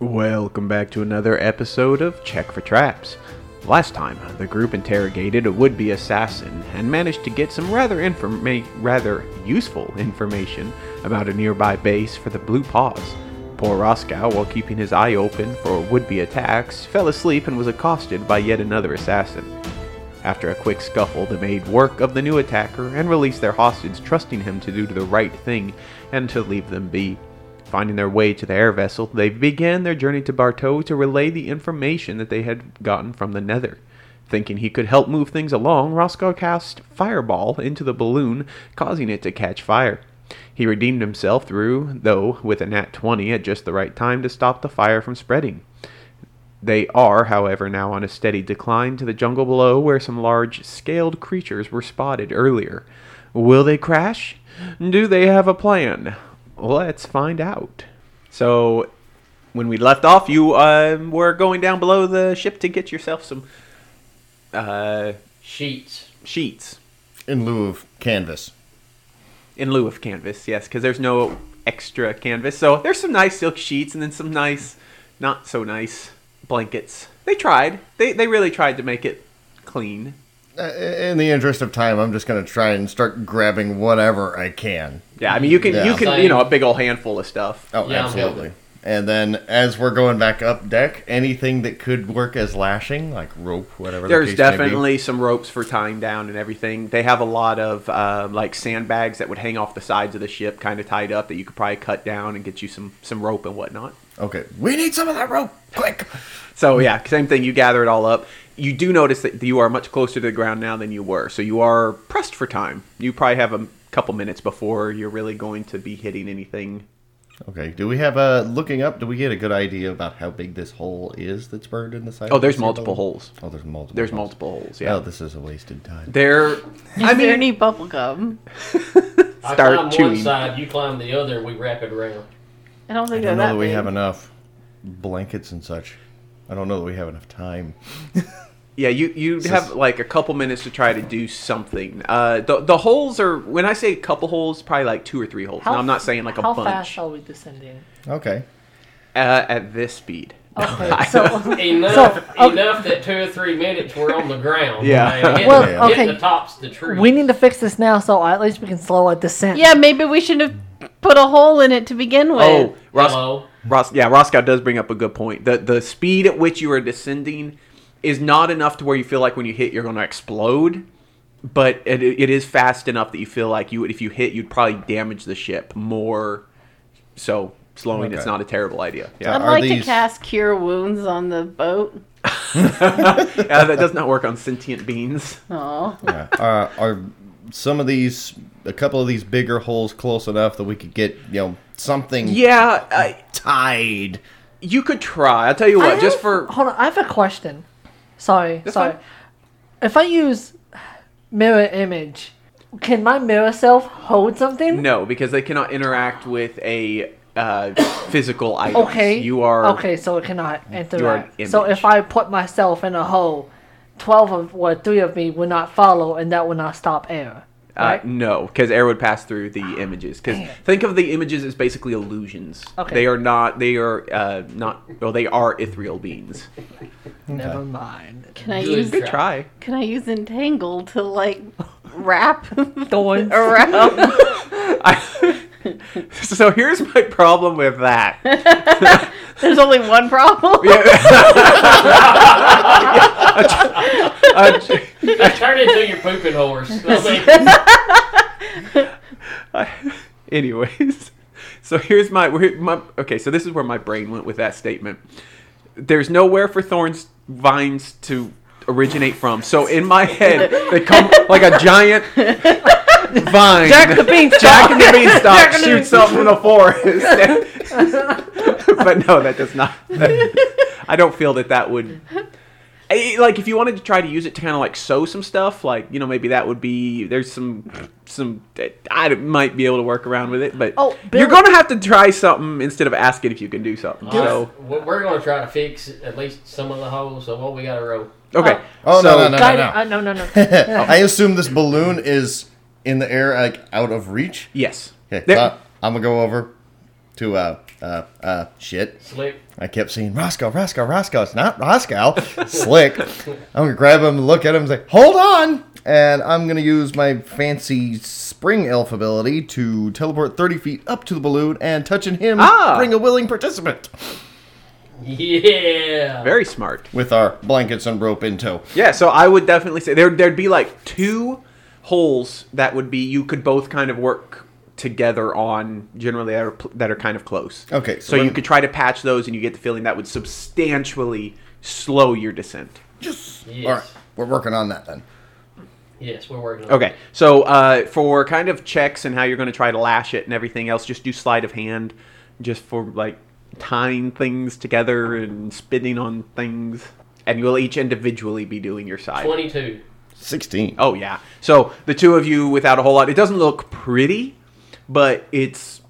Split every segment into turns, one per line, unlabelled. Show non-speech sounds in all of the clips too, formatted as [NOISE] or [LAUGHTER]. Welcome back to another episode of Check for Traps. Last time, the group interrogated a would-be assassin and managed to get some rather informa- rather useful information about a nearby base for the Blue Paws. Poor Roscow, while keeping his eye open for would-be attacks, fell asleep and was accosted by yet another assassin. After a quick scuffle, they made work of the new attacker and released their hostage, trusting him to do the right thing and to leave them be. Finding their way to the air vessel, they began their journey to Bartow to relay the information that they had gotten from the Nether. Thinking he could help move things along, Roscoe cast Fireball into the balloon, causing it to catch fire. He redeemed himself through, though, with a nat 20 at just the right time to stop the fire from spreading. They are, however, now on a steady decline to the jungle below where some large scaled creatures were spotted earlier. Will they crash? Do they have a plan? Let's find out. So, when we left off, you uh, were going down below the ship to get yourself some uh,
sheets.
sheets
in lieu of canvas.
in lieu of canvas, yes, because there's no extra canvas. So, there's some nice silk sheets and then some nice, not so nice blankets. They tried, they, they really tried to make it clean.
Uh, In the interest of time, I'm just going to try and start grabbing whatever I can.
Yeah, I mean you can
Yeah.
you can you know a big old handful of stuff.
Oh,
Yeah, I'm
absolutely.
good.
And then as we're going back up deck, anything that could work as lashing, like rope, whatever. the
There's
case may be.
definitely some ropes for tying down and everything. They have a lot of uh, like sandbags that would hang off the sides of the ship, kind of tied up, that you could probably cut down and get you some some rope and whatnot.
Okay, we need some of that rope, quick.
So yeah, same thing. You gather it all up. You do notice that you are much closer to the ground now than you were, so you are pressed for time. You probably have a couple minutes before you're really going to be hitting anything.
Okay, do we have a looking up? Do we get a good idea about how big this hole is that's burned in the side?
Oh,
of
there's
the sea
multiple
level?
holes.
Oh, there's multiple.
There's
holes.
multiple holes. Yeah,
Oh, this is a wasted time.
there.
Is
I mean,
there any bubblegum?
I
Start
climb
chewing.
one side, you climb the other, we wrap it
[LAUGHS]
around.
I don't
I don't know
think they're
that
that
we
big.
have enough blankets and such. I don't know that we have enough time.
Yeah, you you
This
have
is-
like a couple minutes to try to do something. Uh, the the holes are when I say a couple holes, probably like two or three holes.
How
now, I'm not
f-
saying like a
how
bunch
fast are we descending?
[LAUGHS]
Okay.
uh, at this speed.
Okay, so
Enough,
So, okay.
enough that two or three minutes we're on the ground.
Yeah.
Man, hit,
Well,
hit
okay.
the tops the tree.
[LAUGHS] We need to fix this now, so at least we can slow our descent.
yeah, maybe we should have put a hole in it to begin with.
Oh, Ros-
Hello.
Ros- yeah, Roscoe does bring up a good point. The the speed at which you are descending is not enough to where you feel like when you hit you're going to explode, but it, it is fast enough that you feel like you if you hit you'd probably damage the ship more. So slowing it's
Okay.
not a terrible idea. Yeah,
Uh,
I'd
are
like
these-
to cast Cure Wounds on the boat.
Uh, that does not work on sentient beings.
Oh,
Yeah. Uh, are some of these, a couple of these bigger holes close enough that we could get, you know, something
Yeah, I,
tied?
You could try. I'll tell you what,
I
just
have-
for
Hold on, I have a question. Sorry,
That's
sorry.
fine.
If I use mirror image, can my mirror self hold something?
no, because they cannot interact with a uh, physical item.
Okay.
you are
okay, so it cannot interact.
an
So
image.
if I put myself in a hole, twelve of or three of me would not follow, and that would not stop air.
Uh,
Right?
no, because air would pass through the images. Because think of the images as basically illusions.
Okay.
They are not. They are uh, not. Well, they are ethereal beings.
Never mind.
can I
Good.
use
Good try.
can I use Entangle to like wrap [LAUGHS]
Thorns. [LAUGHS]
around? [LAUGHS]
I, [LAUGHS] so here's my problem with that.
There's only one problem. [LAUGHS]
Uh,
[LAUGHS]
[LAUGHS]
Turn into your pooping
[LAUGHS]
horse. I
Anyways, so here's my, where- my okay. So this is where my brain went with that statement. There's nowhere for thorns vines to originate from. So in my head, they
[LAUGHS]
come like a giant vine.
Jack the Beanstalk.
Jack and the beanstalk
Jack and the
shoots up from the forest. [LAUGHS] but no, that does not. [LAUGHS] I don't feel that that would. I- Like if you wanted to try to use it to kind of like sew some stuff, like you know maybe that would be there's some some I might be able to work around with it, but
Oh,
you're
Billy-
gonna have to try something instead of asking if you can do something. So
we're going to try to fix at least some of the holes. So what we got to roll?
okay,
Oh,
so,
no, no, no,
Guided-
no,
uh, no, no, no.
no. I assume this balloon is in the air, like, out of reach.
Yes,
Okay,
There-
uh, I'm going to go over, to uh uh uh shit.
Slick.
I kept seeing Roscoe, Roscoe, Roscoe. It's not
[LAUGHS]
Roscoe. Slick. I'm gonna grab him, look at him, and say, "Hold on!" And I'm gonna use my fancy spring elf ability to teleport 30 feet up to the balloon and touching him,
Ah!
bring a willing participant
Yeah.
Very smart.
with our blankets and rope in tow.
Yeah, so I would definitely say there there'd be like two holes that would be you could both kind of work together on generally that are, pl- that are kind of close.
Okay,
So,
so when-
you could try to patch those and you get the feeling that would substantially slow your descent.
Yes.
Yes.
All right, we're working on that then.
yes, we're working on
Okay. So uh, for kind of checks and how you're going to try to lash it and everything else, just do sleight of hand just for like tying things together and spinning on things. And you'll each individually be doing your
it.
side.
22.
16.
Oh yeah. So the two of you without a whole lot. It doesn't look pretty, but it's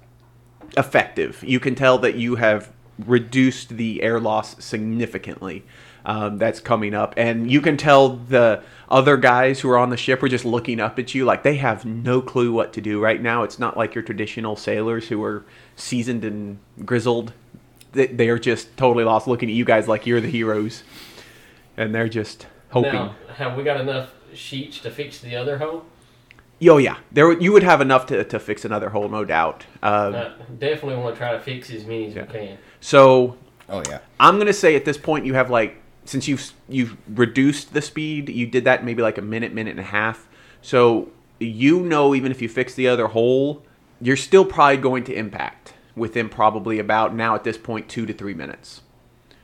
effective. You can tell that you have reduced the air loss significantly. Um, that's coming up, and you can tell the other guys who are on the ship are just looking up at you like they have no clue what to do right now. It's not like your traditional sailors who are seasoned and grizzled. They- They are just totally lost, looking at you guys like you're the heroes, and they're just hoping.
Now, have we got enough sheets to fix the other hole?
Yo, Oh, yeah, there would- you would have enough to, to fix another hole, no doubt. Um,
I definitely want to try to fix as many as
Yeah.
we can.
So
Oh, yeah.
I'm gonna say at this point you have like since you've you've reduced the speed, you did that maybe like a minute, minute and a half. So you know, even if you fix the other hole, you're still probably going to impact within probably about now at this point two to three minutes.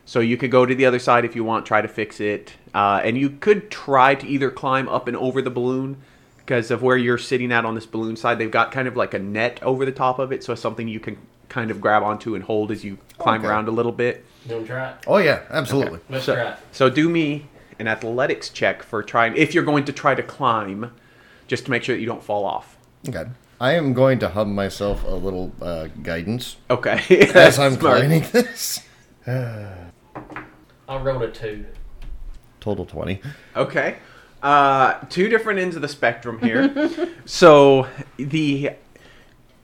So you could go to the other side if you want, try to fix it, uh, and you could try to either climb up and over the balloon because of where you're sitting at on this balloon side. They've got kind of like a net over the top of it, so it's something you can kind of grab onto and hold as you climb
Okay.
around a little bit.
You want to try it?
Oh, yeah, absolutely.
Let's
So,
try it.
so do me an athletics check for trying if you're going to try to climb, just to make sure that you don't fall off.
Okay. I am going to hum myself a little uh,
[LAUGHS]
guidance
Okay.
as I'm
[LAUGHS] Smart.
planning this.
I rolled a 2.
Total 20.
Okay. Uh, two different ends of the spectrum here. [LAUGHS] so the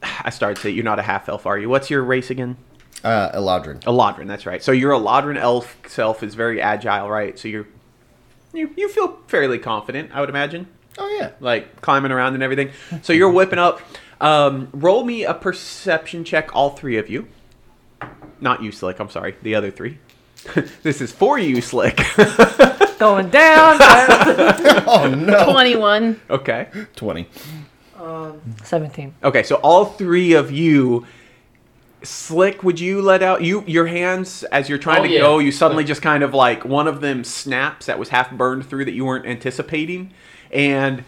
I started to say you're not a half elf, are you? What's your race again?
Uh, Eladrin.
Eladrin, that's right. So your Eladrin elf self is very agile, right? So you're you, you feel fairly confident, I would imagine.
Oh, yeah.
like climbing around and everything. So you're whipping up. Um, roll me a perception check, all three of you. Not you, Slick. I'm sorry, the other three. [LAUGHS] this is for you, Slick. [LAUGHS]
Going down. down.
Oh, no.
21.
okay.
20.
Seventeen.
Okay. So all three of you. Slick, would you let out you your hands as you're trying
Oh,
to
yeah.
go? You suddenly just kind of like one of them snaps that was half burned through that you weren't anticipating, and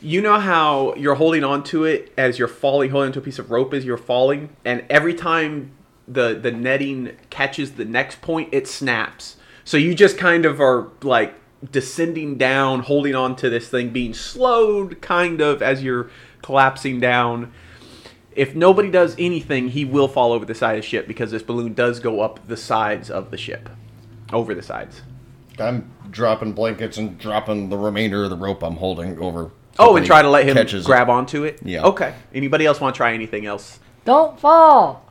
you know how you're holding on to it as you're falling, holding onto a piece of rope as you're falling, and every time the the netting catches the next point, it snaps. So you just kind of are like descending down, holding on to this thing, being slowed kind of as you're collapsing down if nobody does anything, he will fall over the side of the ship because this balloon does go up the sides of the ship, over the sides.
I'm dropping blankets and dropping the remainder of the rope I'm holding over.
oh, and try to let him
catches it.
grab onto it.
Yeah.
Okay. Anybody else want to try anything else? [LAUGHS]
Don't fall.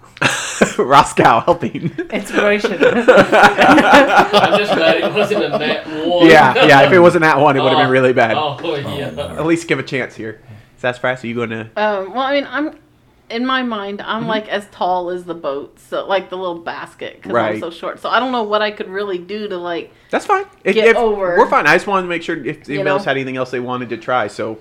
Roscow
[LAUGHS]
helping.
Inspiration.
I'm just glad it wasn't in that one.
yeah, yeah. If it wasn't that one, it would have been
Oh,
really bad.
Oh, yeah.
At least give a chance here. Sassafras, are you going to?
Um, well, I mean, I'm in my mind, I'm
Mm-hmm.
like as tall as the boat, so like the little basket because
Right.
I'm so short. So I don't know what I could really do to like.
That's fine. If,
Get
if-
over.
We're fine. I just wanted to make sure if anybody
know?
else had anything else they wanted to try. So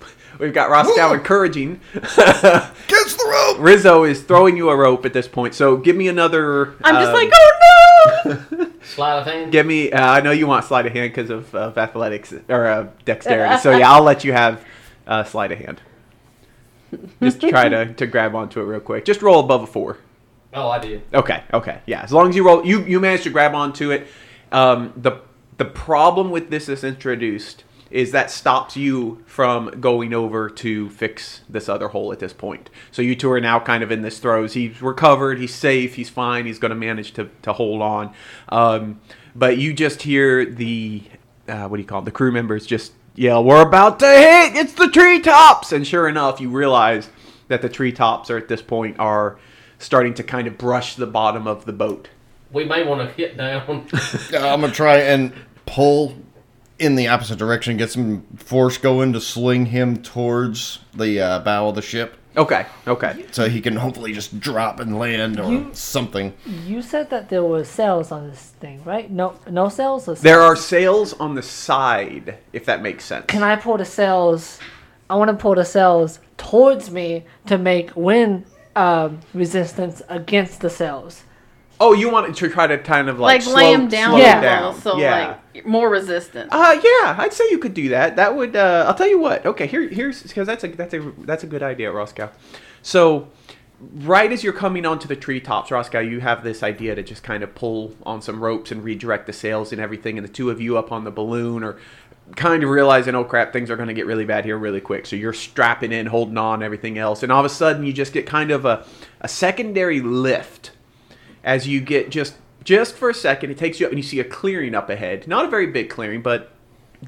[LAUGHS] we've got Roscow
Woo!
encouraging. [LAUGHS]
Catch the rope!
Rizzo is throwing you a rope at this point. So give me another.
I'm just
um,
like, oh no!
Slide of hand.
Give me. Uh, I know you want sleight of hand because of, of athletics or uh, dexterity.
[LAUGHS]
so yeah, I'll let you have uh, sleight of hand. Just try to, to grab onto it real quick. Just roll above a four.
Oh, I did.
Okay. Okay. Yeah. As long as you roll, you you manage to grab onto it. Um, the the problem with this is introduced is that stops you from going over to fix this other hole at this point. So you two are now kind of in this throes. He's recovered. He's safe. He's fine. He's going to manage to to hold on. Um, but you just hear the uh, what do you call it? The crew members just yell, "We're about to hit! It's the treetops!" And sure enough, you realize that the treetops are at this point are starting to kind of brush the bottom of the boat.
We may want to
[LAUGHS]
get down.
Yeah, I'm gonna try and pull in the opposite direction, get some force going to sling him towards the uh, bow of the ship,
Okay, okay.
so he can hopefully just drop and land or
You-
something.
[LAUGHS] You said that there were cells on this thing, right? No, no cells. Or
There are sails on the side, if that makes sense.
Can I pull the cells? I want to pull the cells towards me to make wind um, resistance against the cells.
Oh, you want to try to kind of like,
Like,
slow,
lay him down,
slow
Yeah.
it
a
down.
little, so
yeah.
like more resistant.
Uh, yeah, I'd say you could do that. That would. Uh, I'll tell you what. Okay, here, here's because that's a that's a that's a good idea, Roscoe. So, right as you're coming onto the treetops, Roscoe, you have this idea to just kind of pull on some ropes and redirect the sails and everything, and the two of you up on the balloon or kind of realizing, oh crap, things are going to get really bad here really quick. So you're strapping in, holding on, everything else, and all of a sudden you just get kind of a a secondary lift as you get just just for a second it takes you up and you see a clearing up ahead not a very big clearing but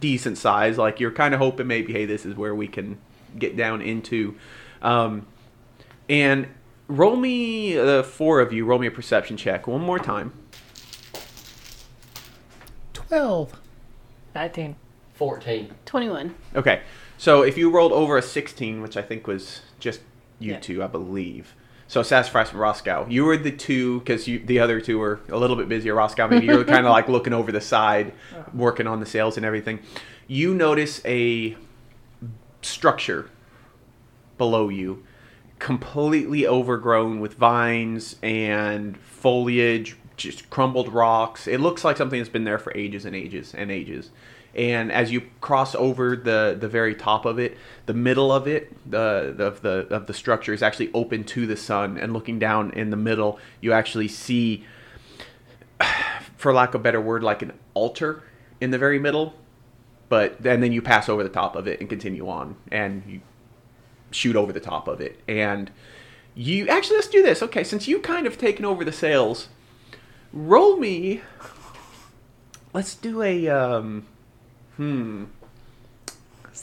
decent size like you're kind of hoping maybe hey this is where we can get down into um, and roll me the four of you roll me a perception check one more time
Twelve.
Nineteen.
14.
Twenty-one.
okay so if you rolled over a 16 which i think was just you
Yeah.
two i believe so sassafras and roscoe you were the two because you the other two were a little bit busier roscoe maybe you were kind of like looking over the side working on the sails and everything you notice a structure below you, completely overgrown with vines and foliage, just crumbled rocks. It looks like something that's been there for ages and ages and ages. And as you cross over the, the very top of it, the middle of it, the, the of the of the structure is actually open to the sun. And looking down in the middle, you actually see, [SIGHS] for lack of a better word, like an altar in the very middle. But and then you pass over the top of it and continue on, and you shoot over the top of it. And you actually let's do this. Okay, since you kind of taken over the sails, roll me. Let's do a um. Hmm.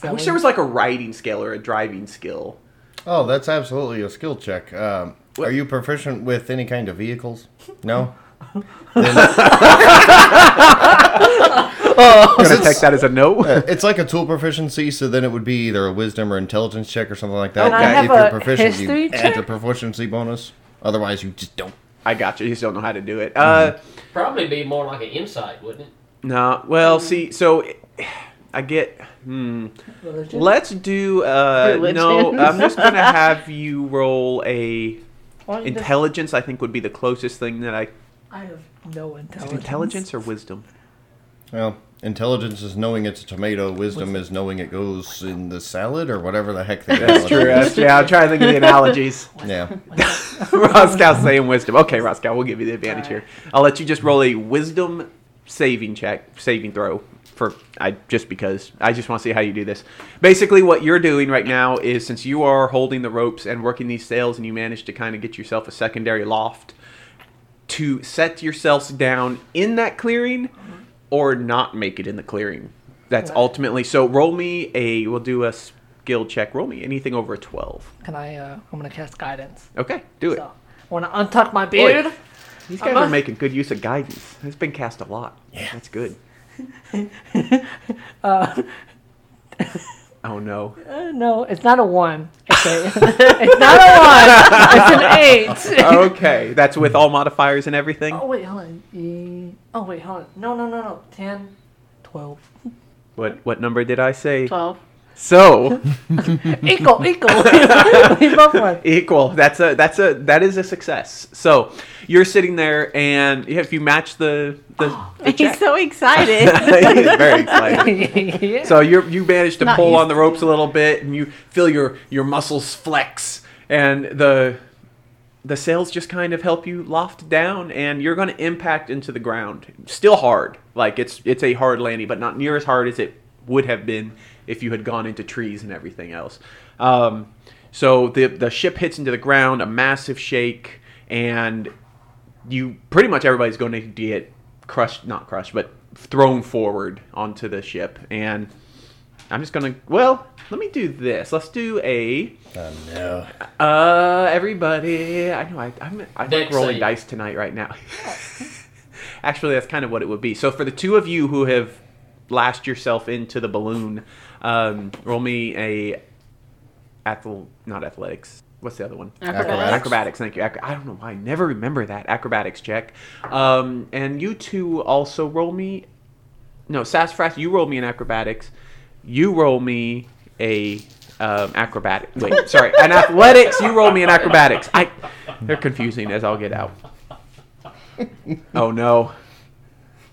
I wish there was like a riding skill or a driving skill.
Oh, that's absolutely a skill check. Um, are you proficient with any kind of vehicles?
[LAUGHS]
No.
[LAUGHS]
oh,
I'm gonna take that as a no.
It's like a tool proficiency, so then it would be either a wisdom or intelligence check or something like that.
And I
Yeah,
have
if you're
a
proficient, you
history
add
check?
your proficiency bonus. Otherwise, you just don't.
[LAUGHS] I got you. You just don't know how to do it. Uh,
Probably be more like an insight, wouldn't it?
no. Well, see, so I get. Hmm.
Religion?
Let's do. Uh, no,
Religion.
I'm just [LAUGHS] gonna have you roll a
Why don't you just-
intelligence. I think would be the closest thing that I
I have no
Is
intelligence.
it intelligence or wisdom?
Well, intelligence is knowing it's a tomato. Wisdom is knowing it goes in the salad or whatever the heck. The analogy is.
yeah, I'm trying to think of the analogies. [LAUGHS]
Yeah.
Roscow's saying wisdom. Okay, Roscow, we'll give you the advantage here. I'll let you just roll a wisdom saving check, saving throw for I just because I just want to see how you do this. Basically, what you're doing right now is since you are holding the ropes and working these sails, and you managed to kind of get yourself a secondary loft to set yourselves down in that clearing or not make it in the clearing. That's
Right.
ultimately so. Roll me a. We'll do a skill check. Roll me anything over a twelve.
Can I? Uh, I'm gonna cast guidance.
Okay, do it.
So, I want to untuck my beard.
These guys
I'm
are
a-
making good use of guidance. It's been cast a lot. Yeah. That's good.
Uh,
Oh
[LAUGHS]
no.
uh, no, it's not a [LAUGHS] one. Okay, it's not a one. It's an eight.
[LAUGHS] Okay. That's with all modifiers and everything?
Oh wait, hold on. E- Oh wait, hold on. No, no, no, no. Ten. Twelve.
What what number did I say?
Twelve.
So [LAUGHS]
Equal, equal. [LAUGHS] we both [LAUGHS] won.
equal. That's a that's a that is a success. So you're sitting there and if you match the the,
[GASPS]
the
[LAUGHS] He's
check. [LAUGHS]
so excited. [LAUGHS]
It's very exciting.
[LAUGHS] yeah.
So you you manage to
Not
pull
used
on the ropes a little bit, and you feel your your muscles flex, and the the sails just kind of help you loft down, and you're going to impact into the ground. Still hard, like it's it's a hard landing, but not near as hard as it would have been if you had gone into trees and everything else. Um, so the the ship hits into the ground, a massive shake, and you pretty much everybody's going to get crushed, not crushed, but thrown forward onto the ship, and I'm just gonna. Well, let me do this. Let's do a.
Oh no.
Uh, everybody. I know. I, I'm. I like
Dex
rolling
save.
dice tonight right now. [LAUGHS] Actually, that's kind of what it would be. So for the two of you who have lashed yourself into the balloon, um, roll me a. Athl- not athletics. What's the other one?
Acrobatics.
Acrobatics, thank you. Ac- I don't know why I never remember that acrobatics check. Um, and you two also roll me. No, Sassafras, you roll me an acrobatics. You roll me a um, acrobatic. Wait, sorry, an athletics. You roll me an acrobatics. I. They're confusing as I'll get out. Oh no.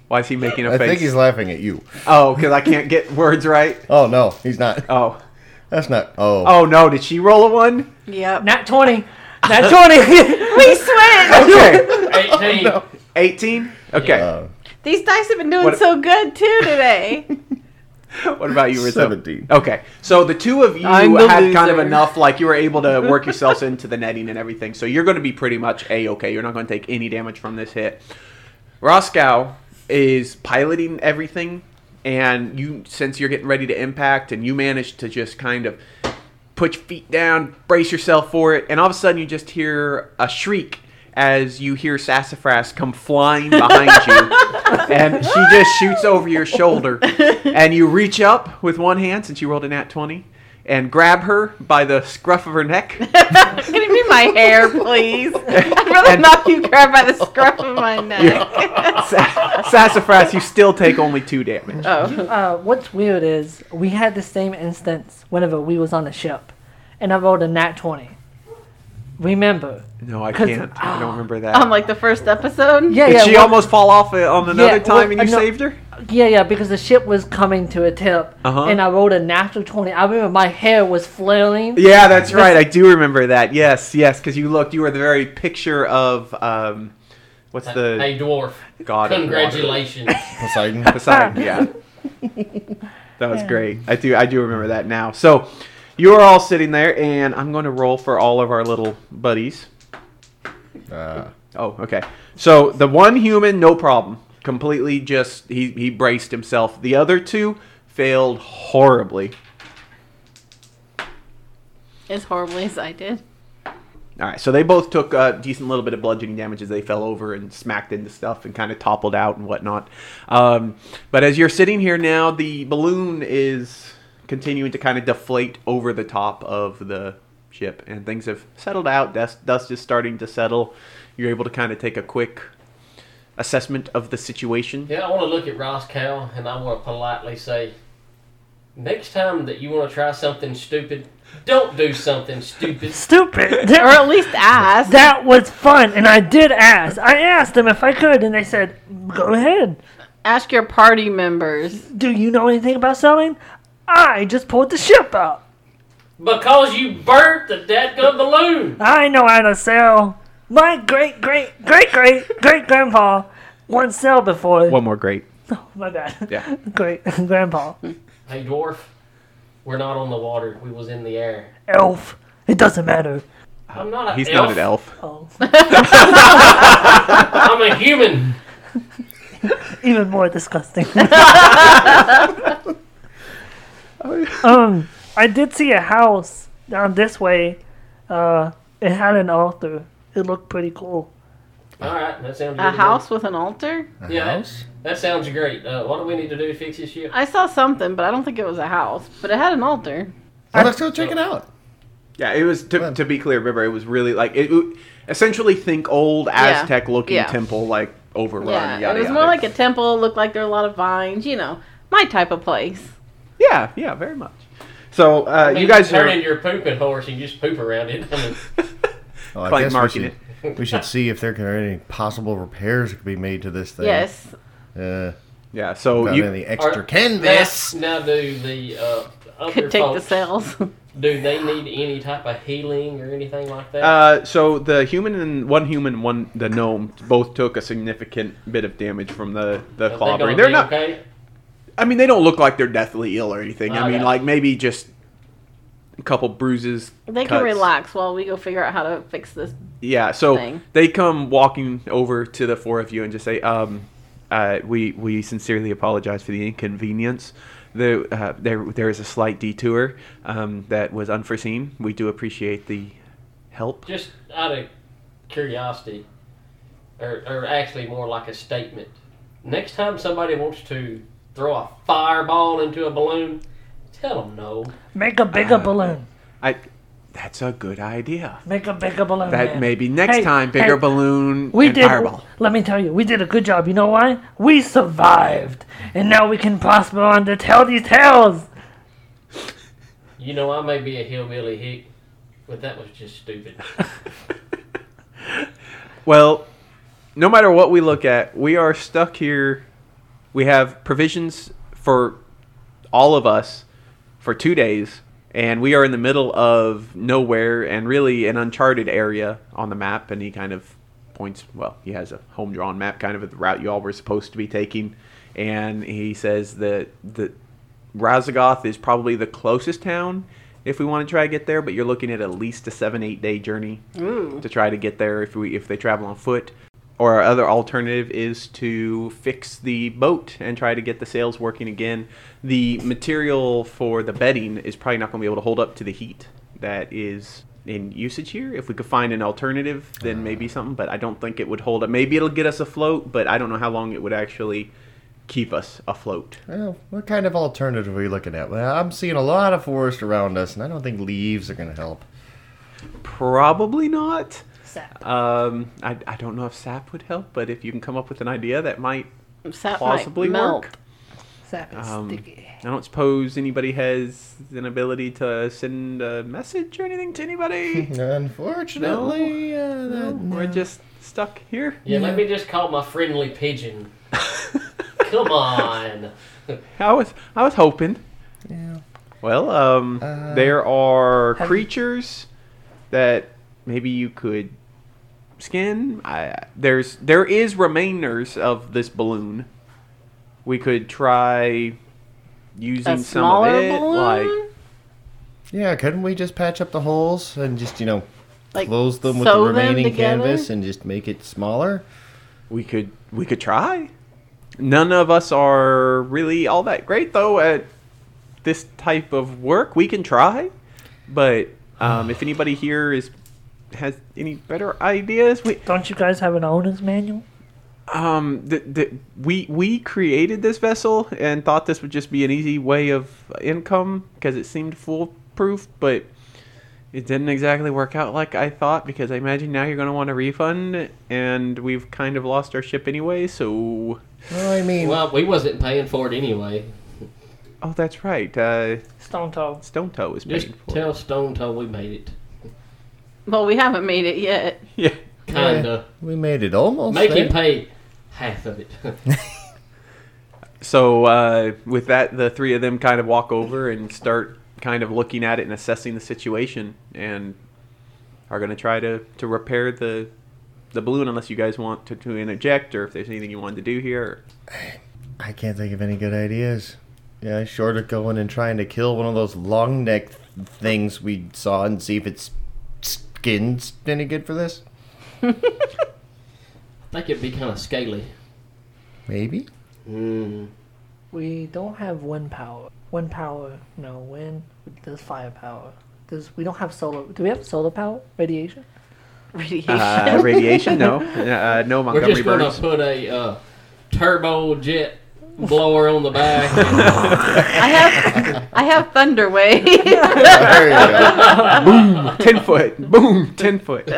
Why is he making a
I
face?
think he's laughing at you.
Oh, because I can't get words right.
Oh no, he's not.
Oh.
That's not. Oh.
Oh no, did she roll a one?
Yep. [LAUGHS]
Not 20.
[LAUGHS]
Not 20.
We switch.
Okay.
18.
18? Okay.
Uh,
These dice have been doing
What-
so good too today.
[LAUGHS] What about you, Rizzo?
17.
Okay, so the two of you
I'm the
had kind of
loser.
enough, like you were able to
[LAUGHS]
work yourselves into the netting and everything. So you're going to be pretty much a okay. You're not going to take any damage from this hit. Roscow is piloting everything, and you since you're getting ready to impact, and you manage to just kind of put your feet down, brace yourself for it, and all of a sudden you just hear a shriek as you hear Sassafras come flying behind
[LAUGHS]
you. and she just shoots over your shoulder. And you reach up with one hand, since you rolled a nat 20, and grab her by the scruff of her
[LAUGHS]
neck.
Can you be my
[LAUGHS]
hair, please? I'd rather
And-
knock you grab by the scruff
[LAUGHS]
of my neck.
Sa- Sassafras, you still take only two damage.
Oh.
uh, what's weird is we had the same instance whenever we was on the ship, and I rolled a nat 20. Remember?
No, I
'Cause-
can't. I
[GASPS]
don't remember that.
[LAUGHS] On like the first episode?
Yeah,
Did
yeah.
she
well-
almost fall off uh, on another
Yeah,
time
well,
and you
uh, no.
saved her?
Yeah, yeah, because the ship was coming to a tip,
Uh-huh.
and I rolled a natural 20. I remember my hair was flailing.
Yeah, that's right. I do remember that. Yes, yes, because you looked. You were the very picture of um, what's the
Hey, dwarf.
god? of water?
Congratulations.
Poseidon.
[LAUGHS]
Uh,
Poseidon. Yeah, that was great. I do. I do remember that now. So you are all sitting there, and I'm going to roll for all of our little buddies.
Uh,
Oh, okay. So the one human, no problem. Completely just he he braced himself. The other two failed horribly.
As horribly as I did.
All right, so they both took a decent little bit of bludgeoning damage as they fell over and smacked into stuff and kind of toppled out and whatnot. Um, but as you're sitting here now, the balloon is continuing to kind of deflate over the top of the ship, and things have settled out. Dust, dust is starting to settle. You're able to kind of take a quick assessment of the situation.
Yeah, I want to look at Roscow and I want to politely say, next time that you want to try something stupid, don't do something stupid.
Stupid.
Or at least ask.
that was fun, and I did ask. I asked them if I could, and they said, go ahead.
Ask your party members.
Do you know anything about sailing? I just pulled the ship out.
Because you burnt the dadgum balloon.
I know how to sail. My great, great, great, great, great grandpa once sailed before.
One more great.
Oh my god.
Yeah.
Great [LAUGHS] grandpa.
Hey, dwarf. We're not on the water. We was in the air.
Elf. It doesn't matter.
I'm not a
He's
elf.
not an elf.
Oh.
I'm a human.
Even more [LAUGHS] disgusting. um, I did see a house down this way. Uh, it had an altar. It looked pretty cool.
All right, that sounds
A
Mm-hmm.
really
house with an altar?
Good. Yeah, that's- that sounds great. Uh, what do we need to do to fix this ship?
I saw something, but I don't think it was a house. But it had an altar.
well, let's go check it out.
Yeah, it was to,
Good.
to be clear, remember it was really like it, it- essentially think old Aztec looking
yeah.
temple like overrun.
yeah.
yada,
it was
yada.
more like a temple. Looked like there were a lot of vines. You know, my type of place.
yeah, yeah, very much. So uh,
I mean,
you guys
turn
are
in your pooping horse and just poop around it. [LAUGHS] I mean,
Well, Oh, I
Like
guess
marking
we should, we should see if there can are any possible repairs that could be made to this thing.
Yes.
Uh,
[LAUGHS] yeah. So
without
Oh, you
any extra
Are-
canvas.
Now, now do the uh, other
Could take the
folks,
sails. [LAUGHS]
Do they need any type of healing or anything like that?
uh, so the human and one human and one the gnome both took a significant bit of damage from the the
Are
clobbering.
gonna
They're
be
not.
okay.
I mean, they don't look like they're deathly ill or anything. I
Okay.
mean, like maybe just a couple bruises.
they
cuts.
can relax while we go figure out how to fix this.
Yeah, so
thing.
they come walking over to the four of you and just say, um, uh, we we sincerely apologize for the inconvenience. The, uh, there there is a slight detour um, that was unforeseen. We do appreciate the help.
Just out of curiosity, or, or actually more like a statement. Next time somebody wants to throw a fireball into a balloon, tell them no.
Make a bigger
Uh,
balloon.
I that's a good idea.
Make a bigger balloon.
That
man.
maybe next
Hey,
time bigger
hey,
balloon
We
and
did.
fireball.
Let me tell you, we did a good job. You know why? We survived, and now we can prosper on to tell these tales.
You know, I may be a hillbilly hick, but that was just
[LAUGHS]
stupid.
Well, no matter what we look at, we are stuck here. We have provisions for all of us for two days, and we are in the middle of nowhere and really an uncharted area on the map. And he kind of points, well, he has a home drawn map, kind of of the route you all were supposed to be taking. And he says that the Razagoth is probably the closest town if we want to try to get there, but you're looking at at least a seven, eight day journey
Ooh.
to try to get there if we if they travel on foot. Or our other alternative is to fix the boat and try to get the sails working again. The material for the bedding is probably not going to be able to hold up to the heat that is in usage here. If we could find an alternative, then maybe something. But I don't think it would hold up. Maybe it'll get us afloat, but I don't know how long it would actually keep us afloat.
Well, what kind of alternative are we looking at? Well, I'm seeing a lot of forest around us, and I don't think leaves are going to help.
Probably not.
Sap.
Um, I, I don't know if sap would help, but if you can come up with an idea that might
Sap might
possibly
melt.
work.
Sap is
Um,
sticky.
I don't suppose anybody has an ability to send a message or anything to
[LAUGHS]
anybody.
Unfortunately, uh, that-
We're just stuck here.
Yeah, let me just call my
[LAUGHS]
friendly pigeon. Come on.
I was I was hoping.
yeah.
Well, um,
Uh,
there are
have you-
creatures that maybe you could skin. I, there's there is remainers of this balloon. We could try using
A
some of
smaller
it,
balloon?
like
yeah, couldn't we just patch up the holes and just, you know,
Like,
close them with the
sew them
remaining
together?
canvas and just make it smaller?
we could we could try. None of us are really all that great though at this type of work. We can try, but um,
[SIGHS]
if anybody here is has any better ideas, we
Don't you guys have an owner's manual?
um the, the, we we created this vessel and thought this would just be an easy way of income because it seemed foolproof, but it didn't exactly work out like I thought because I imagine now you're going to want a refund and we've kind of lost our ship anyway, so
Well, I mean,
Well, we wasn't paying for it anyway.
Oh, that's right. Uh,
Stone Toe.
Stone Toe is
Just
paying for
tell Stone Toe we made it.
Well, we haven't made it yet.
it. [LAUGHS]
[LAUGHS]
Yeah.
Kinda.
we made it almost.
Make
there.
him pay half of
[LAUGHS]
it.
So uh, with that, the three of them kind of walk over and start kind of looking at it and assessing the situation, and are going to try to to repair the the balloon unless you guys want to, to interject or if there's anything you wanted to do here.
I can't think of any good ideas. Yeah, short of going and trying to kill one of those long neck things we saw and see if its skin's any good for this.
I think it'd be kind of scaly.
Maybe. [LAUGHS]
Mm.
We don't have wind power. Wind power. No wind. There's firepower. There's. We don't have solar. Do we have solar power?
[LAUGHS]
Radiation.
Radiation. [LAUGHS]
Uh, radiation? No, uh, no
We're
Montgomery
just gonna
birds.
put a uh, turbo jet blower on the back.
[LAUGHS]
[LAUGHS]
I have I have Thunder Wave. [LAUGHS]
Oh, There
[LAUGHS]
you go.
Boom! Ten foot. Boom! Ten foot.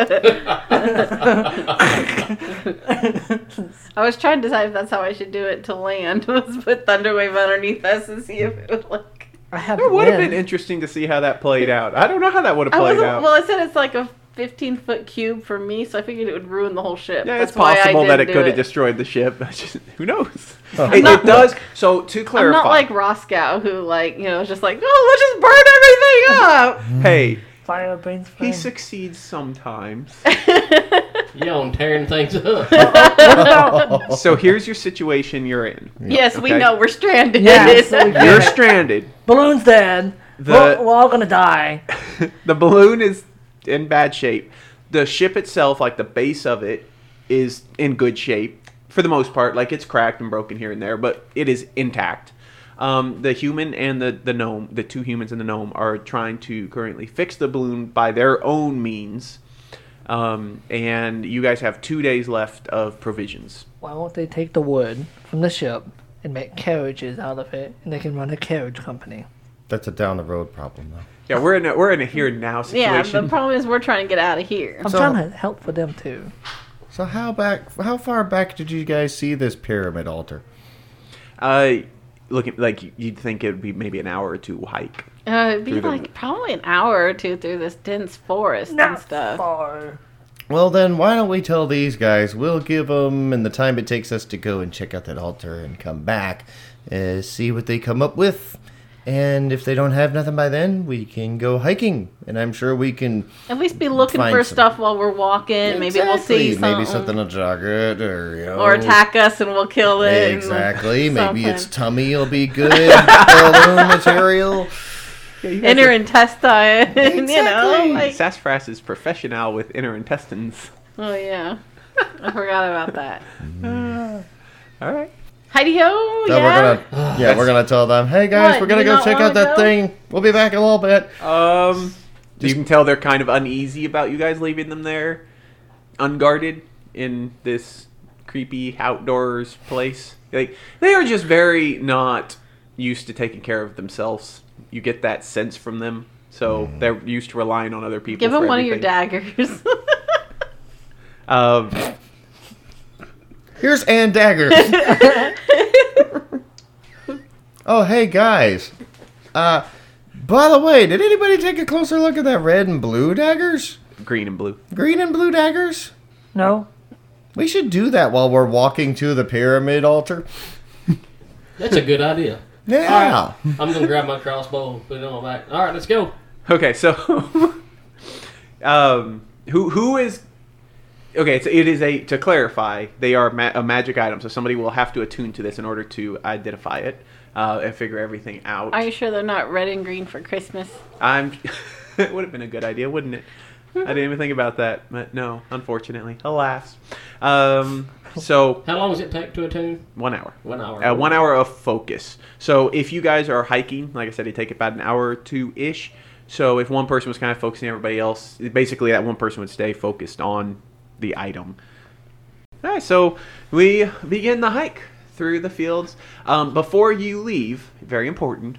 I was trying to decide if that's how I should do it to land. [LAUGHS] Was put Thunder Wave underneath us and see if it would like.
I have.
It would have
wind.
been interesting to see how that played out. I don't know how that would
I
have played
wasn't.
out.
Well, I said it's like a 15 foot cube for me, so I figured it would ruin the whole ship.
Yeah, it's
That's why I
possible that it
didn't
could
do
have destroyed the ship. [LAUGHS] Just- Who knows?
Huh.
It,
not-
it does. So to
I'm
clarify,
not like Roscoe, who like you know is just like oh let's just burn
hey,
Fire brains.
he
flame.
succeeds sometimes.
[LAUGHS] everything
[LAUGHS]
up.
you on tearing things up.
[LAUGHS] so here's your situation you're in.
[LAUGHS] yes, we
Okay.
know we're stranded.
Yeah,
[LAUGHS]
so we
You're
Yeah.
stranded.
Balloon's dead.
The-
we're, we're all gonna die.
The balloon is in bad shape. The ship itself, like the base of it, is in good shape. for the most part. Like it's cracked and broken here and there, but it is intact. Um, the human and the, the gnome, the two humans and the gnome, are trying to currently fix the balloon by their own means. Um, and you guys have two days left of provisions.
Why won't they take the wood from the ship and make carriages out of it, and they can run a carriage company?
That's a down the road problem, though.
Yeah, we're in a, we're in a here and now
Yeah,
situation.
the problem is we're trying to get out of here.
I'm
So-
trying to help for them too.
So how back? How far back did you guys see this pyramid altar?
Uh, looking like you'd think it'd be maybe an hour or two hike.
Uh, it'd be
Through the-
like probably an hour or two through this dense forest and stuff.
far.
Well, then why don't we tell these guys? We'll give them and the time it takes us to go and check out that altar and come back, uh, see what they come up with. And if they don't have nothing by then, we can go hiking, and I'm sure we can.
At least be looking
Find
for
some-
stuff while we're walking. Maybe we'll see
Exactly.
something.
Maybe something will jog it, or you know,
or attack us and we'll kill it. and
Exactly. Maybe its
something.
tummy will be good
[LAUGHS]
heirloom material.
inner intestine. [LAUGHS] You know,
Exactly.
like
Sassafras is professional with inner intestines.
oh yeah, I forgot
[LAUGHS]
about that.
Uh, All right.
Heidi ho,
So
yeah.
we're gonna, yeah, we're gonna tell them, hey guys,
What,
we're gonna
you
go
not
check
wanna
out that
go?
thing. We'll be back in a little bit.
Um, you can tell they're kind of uneasy about you guys leaving them there, unguarded in this creepy outdoors place. Like they are just very not used to taking care of themselves. You get that sense from them, so they're used to relying on other people.
Give
for
him one of your
everything.
daggers. [LAUGHS]
Um,
Here's Ann Dagger. oh, hey guys. Uh, by the way, did anybody take a closer look at that red and blue daggers?
green and blue.
Green and blue daggers?
No,
We should do that while we're walking to the pyramid altar.
That's a good idea.
Yeah.
I'm gonna grab my crossbow and put it on my back. All right, let's go.
Okay, so [LAUGHS] um, who who is okay? It's, it is a to clarify. They are ma- a magic item, so somebody will have to attune to this in order to identify it uh, and figure everything out.
Are you sure they're not red and green for Christmas?
I'm. [LAUGHS] it would have been a good idea, wouldn't it? I didn't even think about that, but no, unfortunately, alas. Um, so
How long does it take to attune?
one hour.
One hour.
Uh, one hour of focus. So if you guys are hiking, like I said, it take about an hour or two ish. So if one person was kind of focusing everybody else, basically that one person would stay focused on the item. All right, so we begin the hike through the fields. Um, before you leave, very important,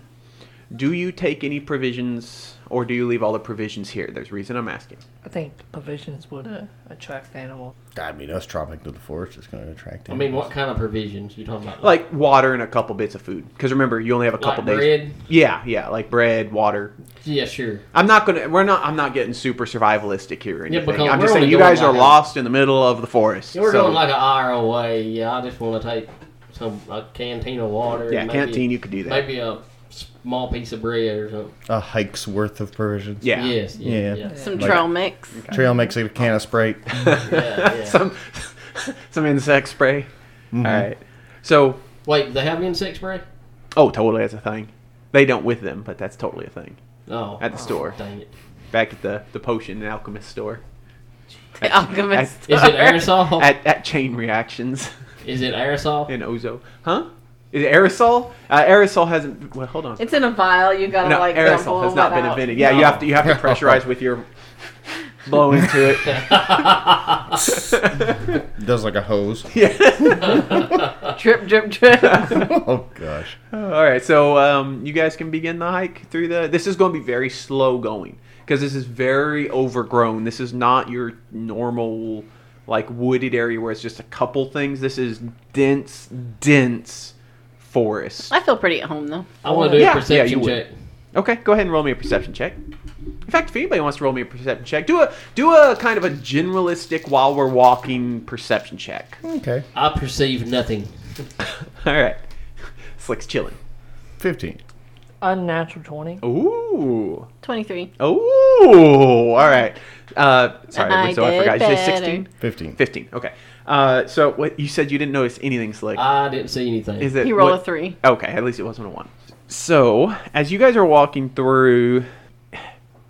do you take any provisions or do you leave all the provisions here? There's a reason I'm asking.
I think provisions would uh, attract animals.
I mean, us dropping through the forest is going to attract
I mean,
animals.
what kind of provisions you talking about?
Like water and a couple bits of food. Because remember, you only have a couple
like
days.
bread?
Yeah, yeah, like bread, water,
Yeah, sure.
I'm not gonna. We're not. I'm not getting super survivalistic here. Or
Yeah,
anything.
because
I'm
we're
just saying
only
you
going
guys are
like a-
lost in the middle of the forest.
Yeah, we're
so,
going like an hour away. Yeah, I just want to take some a canteen of water.
yeah,
and maybe-
canteen. You could do that.
Maybe a small piece of bread or something.
a hike's worth of provisions.
Yeah. [LAUGHS]
Yes.
Yeah.
Yeah. Yeah.
Some
Like-
trail mix.
Trail mix a can
[LAUGHS]
of Sprite.
yeah, yeah.
some some insect spray. All right. So,
Wait, they have insect spray?
oh, totally that's a thing. They don't with them, but that's totally a thing
No.
At the store.
Dang it.
back at the the potion and alchemist store.
The alchemist.
Is
[LAUGHS]
it aerosol?
[LAUGHS] At at chain reactions [LAUGHS]
Is it aerosol?
in Ozo, huh? Is it aerosol? Uh, aerosol hasn't. Well, hold on.
It's in a vial. You gotta
no,
like
aerosol has not been invented. Yeah, you
No.
have to you have to pressurize with your blow into it.
Does like a hose. [LAUGHS]
Drip, drip, drip.
oh gosh.
[LAUGHS] All right, so um, you guys can begin the hike through the. This is going to be very slow going because this is very overgrown. This is not your normal like wooded area where it's just a couple things. This is dense, dense forest.
I feel pretty at home though.
I want to do
Yeah,
a
yeah, you
perception
would.
check.
Okay, go ahead and roll me a perception check. In fact, if anybody wants to roll me a perception check, do a do a kind of a generalistic while we're walking perception check.
Okay.
I perceive nothing.
[LAUGHS] All right, Slick's chilling.
Fifteen.
Unnatural twenty.
Oh. Ooh.
Twenty-three.
Oh, all right. Uh, sorry,
I
so I
did
forgot. You said
better.
16?
Fifteen.
15, okay. Uh, so what you said you didn't notice anything slick.
I didn't see anything.
Is it
He rolled
what-
a three.
Okay, at least it wasn't a one. So as you guys are walking through,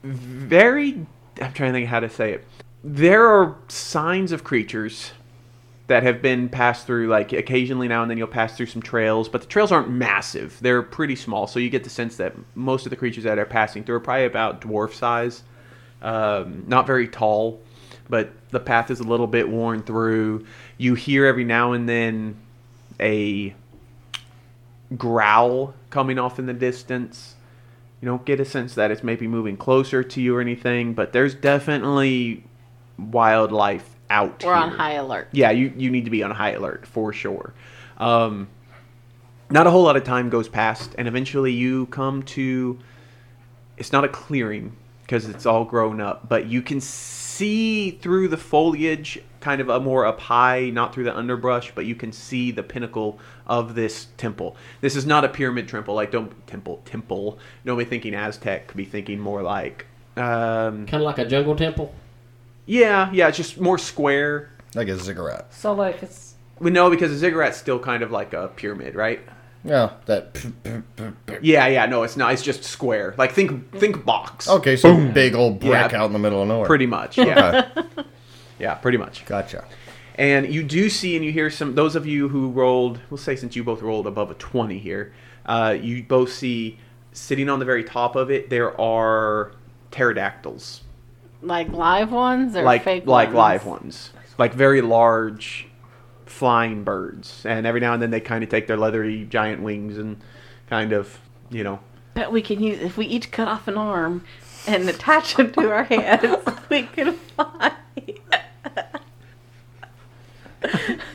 very I'm trying to think how to say it. There are signs of creatures that have been passed through. Like occasionally now and then you'll pass through some trails, but the trails aren't massive. They're pretty small, so you get the sense that most of the creatures that are passing through are probably about dwarf size, um, not very tall. But the path is a little bit worn through. You hear every now and then a growl coming off in the distance. You don't get a sense that it's maybe moving closer to you or anything, but there's definitely wildlife out
We're on
here.
high alert.
Yeah, you, you need to be on high alert for sure. Um, not a whole lot of time goes past, and eventually you come to. It's not a clearing because it's all grown up, but you can see through the foliage, kind of a more up high, not through the underbrush, but you can see the pinnacle of this temple. This is not a pyramid temple, like don't temple temple. Don't be thinking Aztec, be thinking more like. Um,
Kind of like a jungle temple.
yeah, yeah, it's just more square.
Like a ziggurat.
So like it's
We know because a ziggurat's still kind of like a pyramid, right?
Yeah, that.
Yeah, yeah. No, it's not. It's just square. Like think think box.
Okay, so big old brick
Yeah.
out in the middle of nowhere.
Pretty much. Yeah.
Okay,
yeah. Pretty much.
[LAUGHS] gotcha.
And you do see and you hear some. Those of you who rolled, we'll say since you both rolled above a twenty here, uh, you both see sitting on the very top of it there are pterodactyls,
Like live ones or
like
fake
like
ones?
live ones, like very large flying birds. And every now and then they kind of take their leathery giant wings and kind of you know
Bet we can use if we each cut off an arm and attach it to our hands, [LAUGHS] we could fly.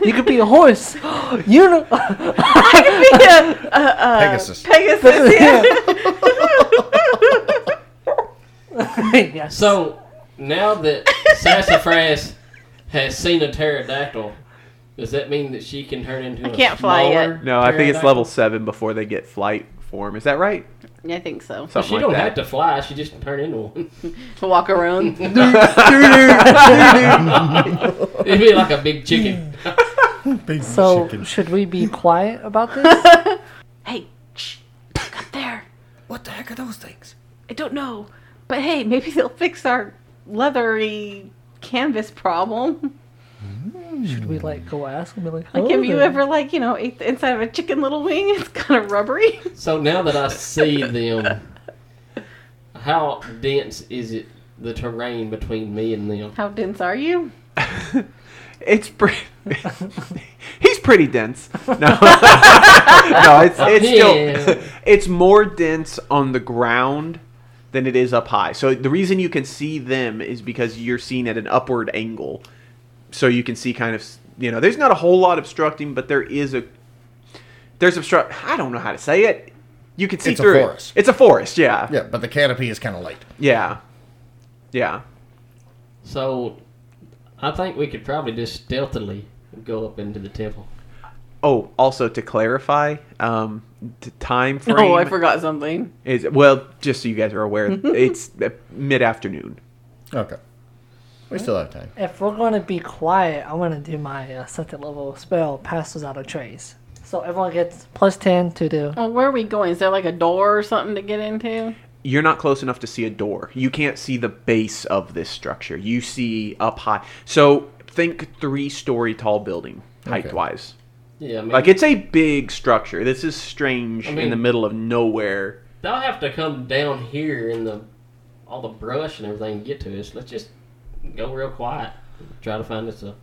you could be a horse. [GASPS] you know.
[LAUGHS]
[LAUGHS]
I could be a, a, a
Pegasus.
Pegasus.
[LAUGHS]
yeah.
yes.
So now
[LAUGHS]
that Sassafras has seen a pterodactyl, does that mean that she can turn into? I a
[LAUGHS] can't fly yet.
smaller
No, I think it's
pterodactyl?
level seven before they get flight form. Is that right?
I think so.
But
Something
she
like
don't
that.
have to fly. She just can turn into one. [LAUGHS]
To walk around. [LAUGHS]
It'd be like a big
[LAUGHS]
chicken.
So should we be quiet about this?
hey, shh, look up there.
What the heck are those things?
I don't know, but hey, maybe they'll fix our leathery canvas problem.
should we like go ask and be like,
Like,
"Hello
have you
there."
ever like you know ate the inside of a chicken little wing? It's kind of rubbery. [LAUGHS]
so now that I see them, how dense is it? The terrain between me and them.
How dense are you?
It's pretty.
[LAUGHS]
[LAUGHS] He's pretty dense. No, [LAUGHS] no, it's it's
Yeah.
still [LAUGHS] it's more dense on the ground than it is up high. So the reason you can see them is because you're seen at an upward angle, so you can see kind of s- you know. There's not a whole lot obstructing, but there is a there's obstruct. I don't know how to say it. You can see
It's a
through
forest.
it. It's a forest. Yeah.
Yeah, but the canopy is kind of light.
Yeah. Yeah.
So, I think we could probably just stealthily go up into the temple.
Oh, also to clarify, um, t- time frame
[LAUGHS] Oh, I forgot something.
is well, just so you guys are
[LAUGHS]
aware, it's uh, mid afternoon.
Okay. We still have time.
If we're gonna be quiet, I'm gonna do my uh, second level spell, Pass Without a Trace. So everyone gets plus ten to do.
Well, where are we going? Is there like a door or something to get into?
You're not close enough to see a door. You can't see the base of this structure. You see up high. So think three story tall building height wise.
Yeah, I mean,
Like it's a big structure. This is strange
I
in
mean-
the middle of nowhere.
they'll have to come down here in the all the brush and everything to get to us. Let's just go real quiet, try to find us a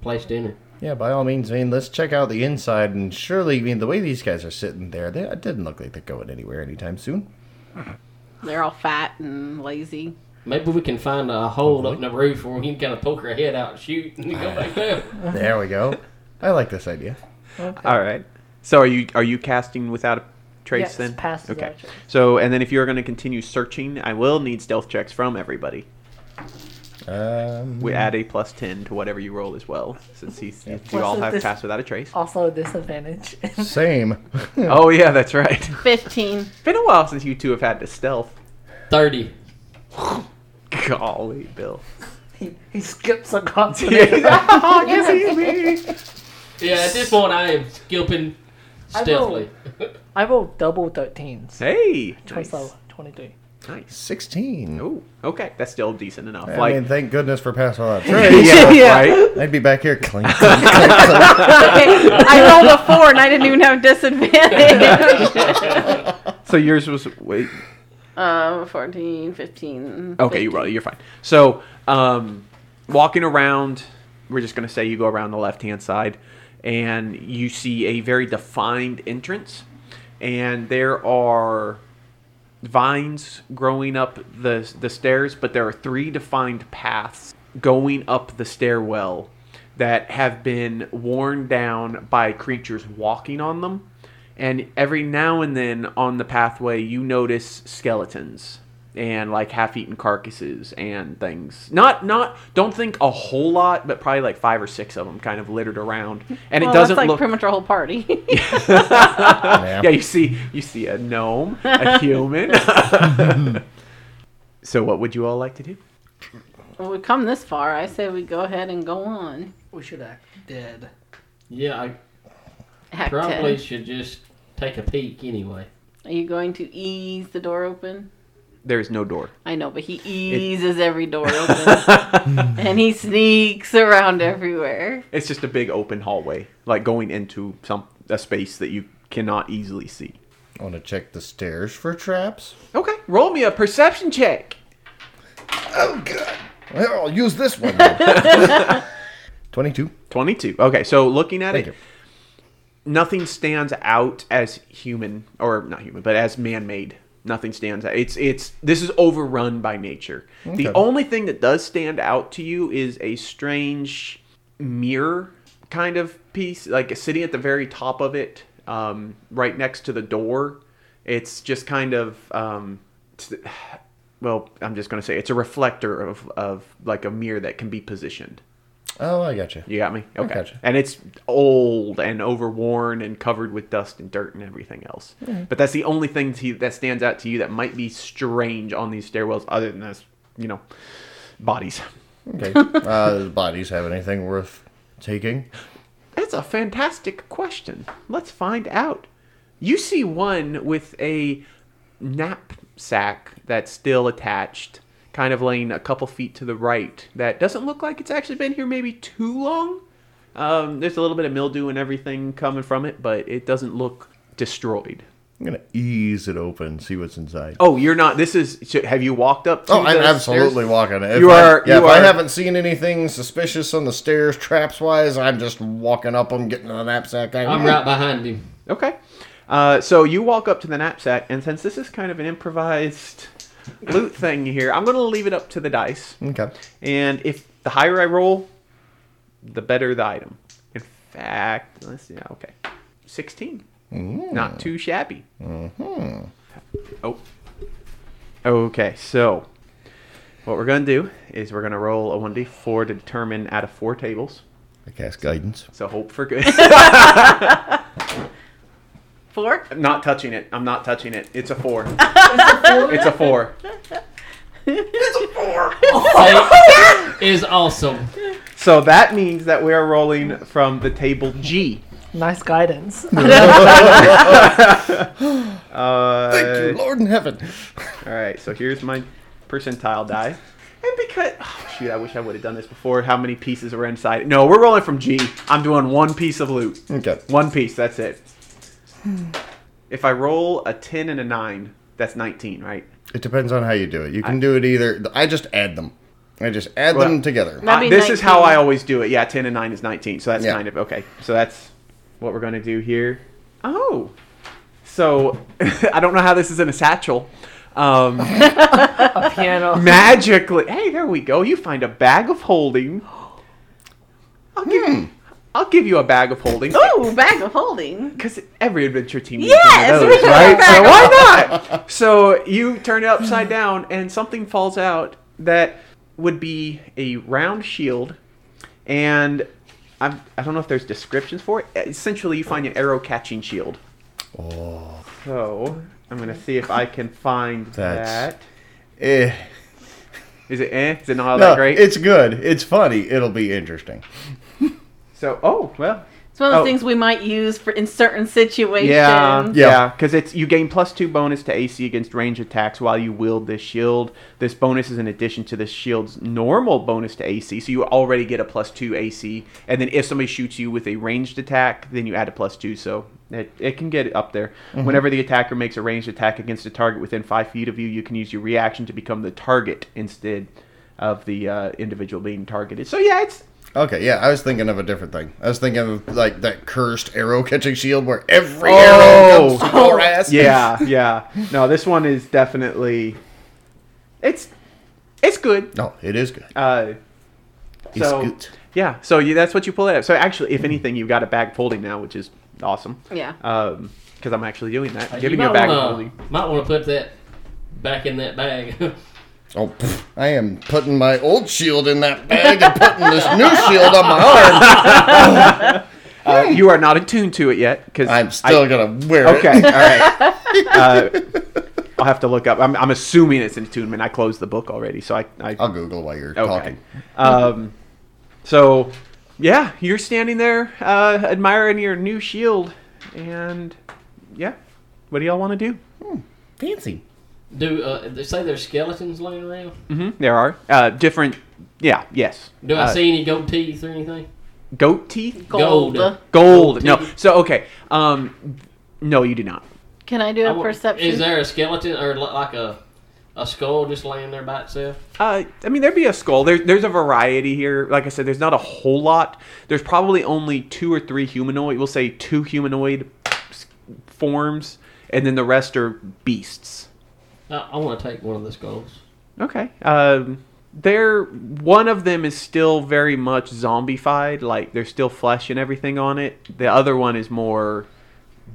place to enter.
Yeah, by all means, I mean, let's check out the inside, and surely, I mean, the way these guys are sitting there, they it didn't look like they're going anywhere anytime soon.
They're all fat and lazy.
Maybe we can find a hole up in the roof where we can kind of poke our head out and shoot and go back down.
There we go. I like this idea.
All right. So are you are you casting without a trace
Yes,
then?
pass without
okay.
a trace.
So and then if you're going to continue searching, I will need stealth checks from everybody.
Um,
We add a plus ten to whatever you roll as well, since he's, you
Plus
all have
this-
passed without a trace.
Also a disadvantage. [LAUGHS]
same. [LAUGHS]
Oh yeah, that's right. [LAUGHS]
15.
Been a while since you two have had to stealth.
Thirty.
Golly, Bill.
he, he skips a
[LAUGHS]
[LAUGHS] continent.
Yes, he is.
Yeah, at this point I am skipping
I
stealthily.
I rolled double thirteens.
hey,
Twice
nice.
level, twenty-three.
Nice.
16.
Oh, okay. That's still decent enough.
I
like, [LAUGHS]
mean, thank goodness for pass without
yeah,
[LAUGHS] trace.
Yeah.
right.
I'd be back here clink, [LAUGHS] clink, clink,
I rolled a four and I didn't even have disadvantage. [LAUGHS]
So yours was wait.
uh, 14, 15.
Okay, you
15.
roll. You're fine. So, um, walking around, we're just gonna say you go around the left hand side, and you see a very defined entrance, and there are vines growing up the the stairs, but there are three defined paths going up the stairwell that have been worn down by creatures walking on them. And every now and then on the pathway, you notice skeletons and like half-eaten carcasses and things. Not not don't think a whole lot, but probably like five or six of them kind of littered around. And
Well,
it doesn't
that's like
look
pretty much our whole party.
[LAUGHS]
[LAUGHS]
clink.
yeah, you see, you see a gnome, a human. [LAUGHS] so, what would you all like to do?
well, we've come this far. I say we go ahead and go on.
We should act dead.
Yeah, I
Act
probably
10.
should just take a peek anyway.
Are you going to ease the door open?
There is no door.
I know, but he eases
[LAUGHS]
every door open. and he sneaks around everywhere.
It's just a big open hallway, like going into some a space that you cannot easily see.
I want to check the stairs for traps.
Okay, roll me a perception check.
Oh, God. Well, I'll use this
[LAUGHS]
one. then. 22.
Twenty-two. Okay, so looking at
Thank
it,
you.
nothing stands out as human or not human, but as man-made. Nothing stands out. It's it's this is overrun by nature. The
Okay.
only thing that does stand out to you is a strange mirror kind of piece, like sitting at the very top of it, um, right next to the door. It's just kind of um, it's- [SIGHS] well, I'm just gonna say it's a reflector of of like a mirror that can be positioned.
Oh, I got you.
You got me. Okay.
gotcha.
And it's old and overworn and covered with dust and dirt and everything else. But that's the only thing to you, that stands out to you that might be strange on these stairwells, other than this, you know, bodies. [LAUGHS]
Okay. Uh, does bodies have anything worth taking?
That's a fantastic question. Let's find out. You see one with a knapsack that's still attached, kind of laying a couple feet to the right, that doesn't look like it's actually been here maybe too long. Um, there's a little bit of mildew and everything coming from it, but it doesn't look destroyed.
I'm going to ease it open, see what's inside.
Oh, you're not. This is. so Have you walked up? To
Oh, I'm
the
absolutely
stairs?
walking. If
You
I-
are-
yeah,
you
if I
are-
haven't seen anything suspicious on the stairs, traps wise, I'm just walking up. I'm getting the knapsack. I
I'm right behind him.
Okay. Uh, so you walk up to the knapsack, and since this is kind of an improvised loot thing here, I'm going to leave it up to the dice.
Okay.
And if the higher I roll, the better the item. In fact, let's see. Okay, sixteen. Not too shabby. Oh. Okay, so what we're gonna do is we're gonna roll a one d four to determine out of four tables.
I cast guidance.
So hope for good. [LAUGHS]
Four?
I'm not touching it. I'm not touching it. It's a four. it's a four.
Eight is awesome.
So that means that we are rolling from the table G.
Nice guidance.
Uh,
Thank you, Lord in heaven. [LAUGHS]
All right, so here's my percentile die. And because oh, shoot, I wish I would have done this before. How many pieces were inside? No, we're rolling from G. I'm doing one piece of loot.
Okay.
One piece. That's it. If I roll a ten and a nine, that's nineteen, right?
It depends on how you do it. You can do it either. I just add them. I just add
Well-
them together.
That'd
Uh,
be
this is how
19.
I always do it. Yeah, ten and nine is nineteen. So that's
Yeah.
kind of okay. So that's what we're gonna do here. Oh, so [LAUGHS] I don't know how this is in a satchel. Um,
a [LAUGHS] piano.
magically. Hey, there we go. You find a bag of holding. I'll give, I'll give you a bag of holding.
Ooh, bag of holding.
Because every adventure team needs
Yes,
one of
we
those,
need a
right?
bag
So
of
why
[LAUGHS]
not? So you turn it upside down, and something falls out that would be a round shield, and I'm, I don't know if there's descriptions for it. Essentially, you find an arrow catching shield.
Oh,
So I'm gonna see if I can find
That's-
that.
eh.
Is it eh? Is it not all
No,
that great?
It's good. It's funny. It'll be interesting.
So, oh well,
It's one of the
Oh.
things we might use for in certain situations.
Yeah,
Yeah.
yeah, because it's you gain plus two bonus to AC against range attacks while you wield this shield. This bonus is in addition to this shield's normal bonus to AC, so you already get a plus two AC. And then if somebody shoots you with a ranged attack, then you add a plus two, so it, it can get up there. Whenever the attacker makes a ranged attack against a target within five feet of you, you can use your reaction to become the target instead of the uh, individual being targeted. So yeah, it's
Okay, yeah, I was thinking of a different thing. I was thinking of like that cursed arrow catching shield where every arrow
Oh.
comes through
[LAUGHS]
your ass.
yeah, yeah. No, this one is definitely it's it's good.
No, it is good.
Uh,
It's
so
good.
yeah, so you, that's what you pull it up. So actually, if anything, you've got a bag folding now, which is awesome.
Yeah.
Uh,
Because I'm actually doing that,
Hey,
giving
you
you a
might
bag
wanna-
folding.
Might want to put that back in that bag. [LAUGHS]
Oh, pff, I am putting my old shield in that bag and putting this new shield
[LAUGHS]
on my arm.
Uh, you are not attuned to it yet, because
I'm still gonna wear it.
Okay.
all right.
I'll have to look up. I'm, I'm assuming it's in attunement. I closed the book already, so I, I
[LAUGHS] I'll Google while you're
Okay.
talking.
Um, so, yeah, you're standing there uh, admiring your new shield, and yeah, what do y'all want to do?
Fancy.
Do uh, they say there's skeletons laying around?
Mm-hmm. There are uh, different. Yeah. Yes.
Do I
Uh,
see any gold teeth or anything?
goat teeth?
Gold.
Gold.
Gold
No.
teeth.
So okay. Um, no, you do not.
Can I do
I
a
wa-
perception?
Is there a skeleton or li- like a a skull just laying there by itself?
Uh, I mean, there'd be a skull. There, there's a variety here. Like I said, there's not a whole lot. There's probably only two or three humanoid. We'll say two humanoid s- forms, and then the rest are beasts.
I, I want to take one of the skulls.
Okay. Um, they're one of them is still very much zombified. Like there's still flesh and everything on it. The other one is more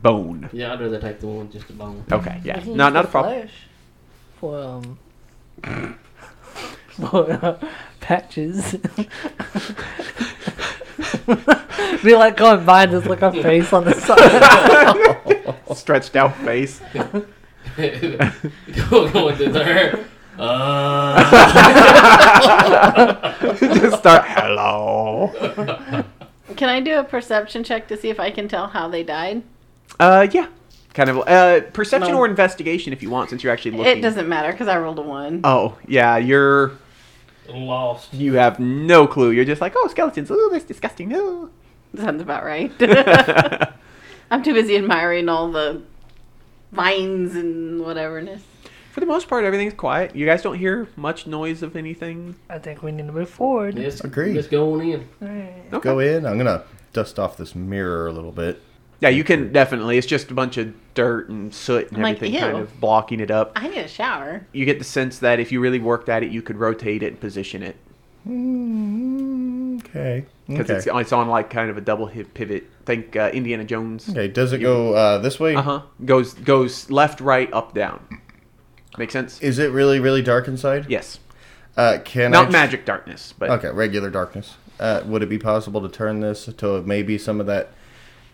bone.
Yeah, I'd rather take the one with just a bone.
Okay.
I
Yeah.
can
Not
use
not
the
a problem.
flesh For um. [LAUGHS] for uh, patches. [LAUGHS] Be like going by and just look her face
[LAUGHS]
on the side. [LAUGHS]
Stretched out face. [LAUGHS]
[LAUGHS] Go- Going to there. Uh,
Just start. Hello.
Can I do a perception check to see if I can tell how they died?
Uh, yeah. Kind of. Uh, perception
No.
or investigation if you want, since you're actually looking.
It doesn't matter because I rolled a one.
Oh yeah, you're.
[LAUGHS] lost.
You have no clue. You're just like, oh, skeletons. Oh, that's disgusting. Ooh.
[LAUGHS] Sounds about
[LAUGHS]
right. [LAUGHS] I'm too busy admiring all the vines and whateverness.
For the most part, everything's quiet. You guys don't hear much noise of anything.
I think we need to move forward.
It's,
Agreed.
It's going in.
Alright.
Okay.
Go in. I'm gonna dust off this mirror a little bit.
Yeah, you can definitely. It's just a bunch of dirt and soot and
I'm like,
everything
"Ew."
kind of blocking it up.
I need a shower.
You get the sense that if you really worked at it, you could rotate it and position it
Okay.
because
Okay.
it's, it's on like kind of a double hip pivot. Think uh, Indiana Jones.
okay. Does it go uh, this way?
Uh huh. Goes goes left, right, up, down. Make sense?
Is it really really dark inside?
yes.
Uh, can I
Not
ch-
magic darkness, but
Okay, regular darkness. Uh, would it be possible to turn this to maybe some of that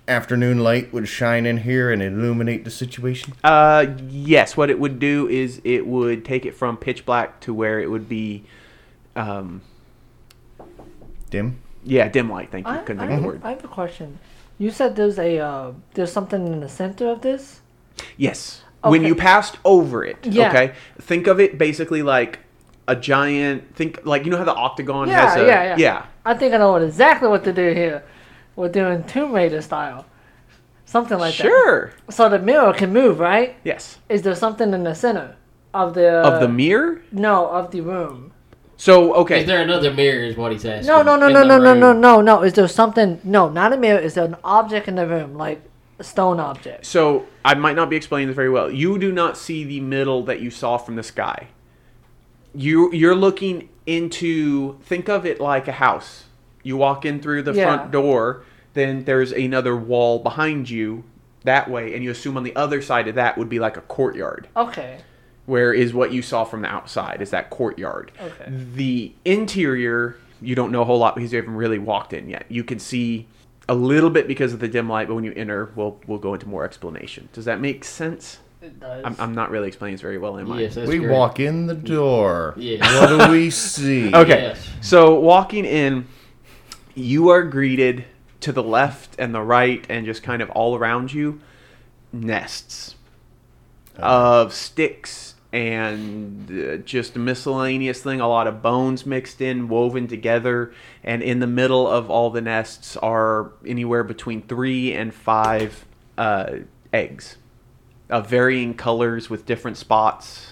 afternoon light would shine in here and illuminate the situation?
Uh, yes. What it would do is it would take it from pitch black to where it would be, um,
Dim.
yeah, dim light. Thank you.
I,
Couldn't
I-
think
Mm-hmm.
of the word.
I have a question. You said there's a uh, there's something in the center of this.
Yes. When
Okay.
you passed over it,
Yeah.
okay? Think of it basically like a giant think like you know how the octagon
Yeah,
has a
yeah, yeah, I think I know what exactly what to do here. We're doing Tomb Raider style, something like that.
sure.
Sure. So the mirror can move, right?
Yes.
Is there something in the center of the
of the mirror?
no of the room?
So, okay.
Is there another mirror? Is what he's asking.
No, no, no,
in
no,
the
no, no, no,
room?
no, no. Is there something? No, not a mirror. Is there an object in the room, like a stone object?
so, I might not be explaining this very well. You do not see the middle that you saw from the sky. You you're looking into think of it like a house. You walk in through the
Yeah.
front door, then there's another wall behind you that way and you assume on the other side of that would be like a courtyard.
Okay.
where is what you saw from the outside is that courtyard
Okay.
the interior you don't know a whole lot because you haven't really walked in yet you can see a little bit because of the dim light but when you enter we'll we'll go into more explanation does that make sense
It does.
i'm, I'm not really explaining this very well am i
Yes, that's
we
great.
walk in the door.
Yeah.
What
Oh.
do we see?
okay
Yes.
so walking in you are greeted to the left and the right and just kind of all around you nests of sticks and uh, just a miscellaneous thing a lot of bones mixed in woven together and in the middle of all the nests are anywhere between three and five uh, eggs of varying colors with different spots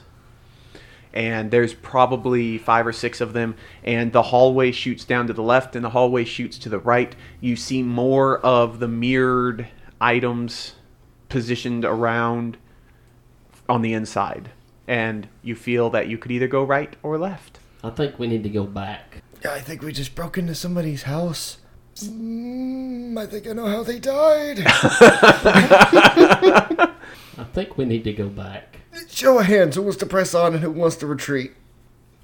and there's probably five or six of them and the hallway shoots down to the left and the hallway shoots to the right you see more of the mirrored items positioned around on the inside and you feel that you could either go right or left
I think we need to go back.
Yeah, I think we just broke into somebody's house. Mm, I think I know how
[LAUGHS]
they died.
I think we need to go back.
Show of hands, who wants to press on and who wants to retreat?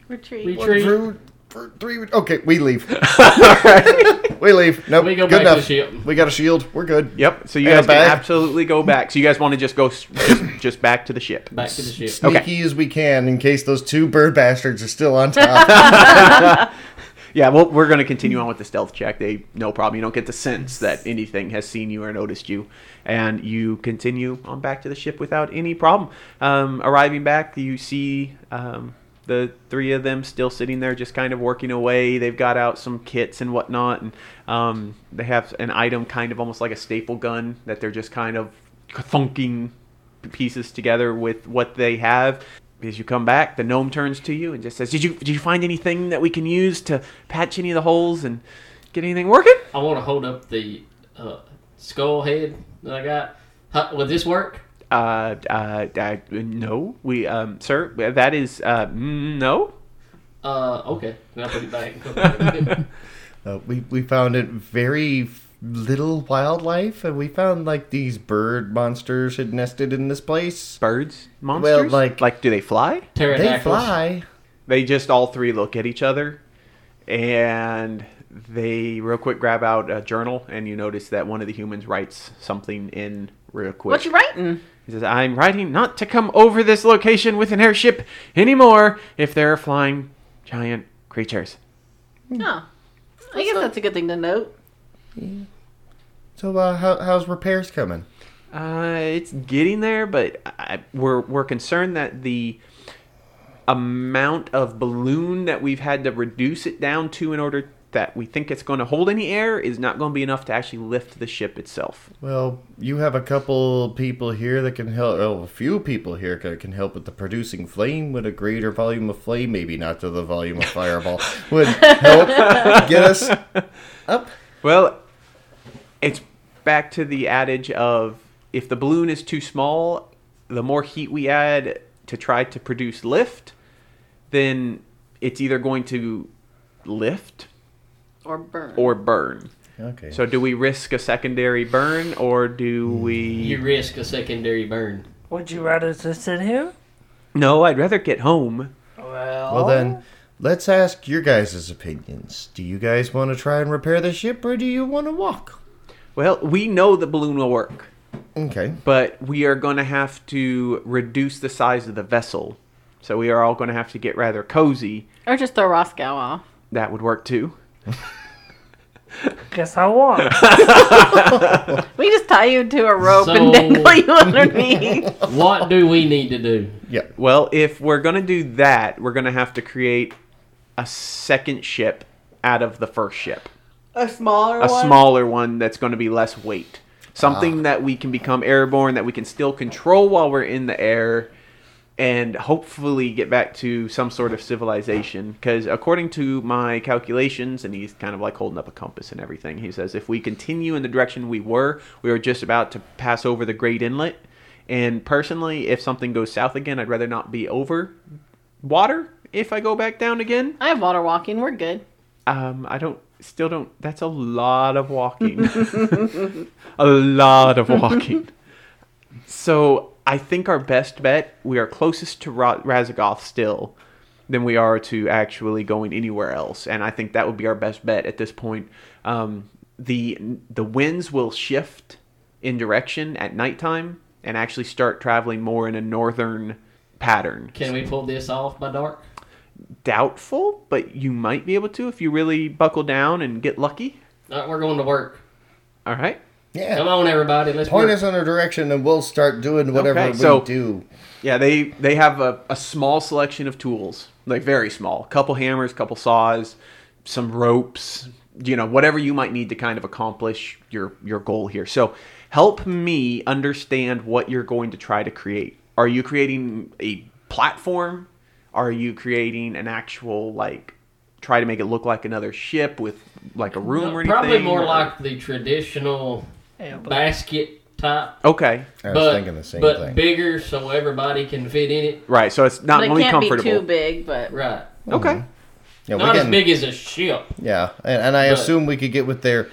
Retreat.
Retreat.
One, two, thr- three. re- Okay, we leave. We leave. Nope.
We go back
good
to
enough.
shield.
We got a shield. We're good.
yep so you
And a
guys can
bag.
absolutely go back so you guys want to just go s- just, just back to the ship
Back to the ship.
Okay.
Sneaky as we can in case those two bird bastards are still on top.
yeah well we're going to continue on with the stealth check they no problem you don't get the sense that anything has seen you or noticed you and you continue on back to the ship without any problem um, arriving back you see um, the three of them still sitting there just kind of working away they've got out some kits and whatnot and um, they have an item kind of almost like a staple gun that they're just kind of thunking pieces together with what they have. As you come back, the gnome turns to you and just says, "Did you did you find anything that we can use to patch any of the holes and get anything working?"
I want to hold up the uh, skull head that I got. How, would this work?
Uh, uh, uh no, we, um, sir, that is, uh, mm, no.
Uh, okay. Then I'll put it back.
Uh, we we found it very f- little wildlife, and we found like these bird monsters had nested in this place.
Birds, monsters,
like-
like, do they fly?
They
Pterodactyls.
fly.
They just all three look at each other, and they real quick grab out a journal, and you notice that one of the humans writes something in real quick.
What you writing?
He says, I'm writing not to come over this location with an airship anymore if there are flying giant creatures.
No. Oh. I guess that's a good thing to note.
So uh, how, how's repairs coming?
Uh, it's getting there, but I, we're, we're concerned that the amount of balloon that we've had to reduce it down to in order that we think it's going to hold any air is not going to be enough to actually lift the ship itself.
Well, you have a couple people here that can help. Oh, a few people here that can help with the producing flame. With a greater volume of flame, maybe not to the volume of fireball, would help get us up.
Well, it's back to the adage of if the balloon is too small, the more heat we add to try to produce lift, then it's either going to lift
Or burn.
or burn.
Okay.
So do we risk a secondary burn or do we
You risk a secondary burn.
Would you rather just sit here?
No, I'd rather get home.
Well,
Well, then, let's ask your guys' opinions. Do you guys want to try and repair the ship, or do you want to walk?
Well, we know the balloon will work,
Okay.
but we are going to have to reduce the size of the vessel. So we are all going to have to get rather cozy.
Or just throw Roscoe off.
That would work too.
guess I won.
We just tie you to a rope
So-
and dangle you [LAUGHS] underneath.
What do we need to do?
Yeah.
Well, if we're going to do that, we're going to have to create a second ship out of the first ship.
a smaller
A smaller one that's going to be less weight. Something that we can become airborne, that we can still control while we're in the air, and hopefully get back to some sort of civilization. Because according to my calculations, and he's kind of like holding up a compass and everything, he says if we continue in the direction we were, we are just about to pass over the Great Inlet. And personally, if something goes south again, I'd rather not be over water if I go back down again.
I have water walking. We're good.
Um, I don't. Still don't. That's a lot of walking. [LAUGHS] a lot of walking. so I think our best bet. We are closest to Ra- Razagoth still, than we are to actually going anywhere else. And I think that would be our best bet at this point. Um, the the winds will shift in direction at nighttime and actually start traveling more in a northern pattern
Can we pull this off by dark?
doubtful, but you might be able to if you really buckle down and get lucky.
All right, we're going to work.
All right.
Come
Yeah.
on, everybody. Let's
Point
work.
us in a direction and we'll start doing whatever
Okay,
we
so-
do.
Yeah, they they have a, a small selection of tools, like very small. couple hammers, couple saws, some ropes, you know, whatever you might need to kind of accomplish your your goal here. So, help me understand what you're going to try to create. Are you creating a platform? Are you creating an actual like try to make it look like another ship with like a room or anything?
Probably more
or-
like the traditional
Yeah, but-
basket type.
Okay.
I was
but,
thinking the same
but
thing.
bigger so everybody can fit in it.
Right, so it's not
but it
only
can't
comfortable.
be too big, Mm-hmm. but
Right.
Okay.
yeah,
Not
we
as
can,
big as a ship.
Yeah, and, and I
But-
assume we could get with their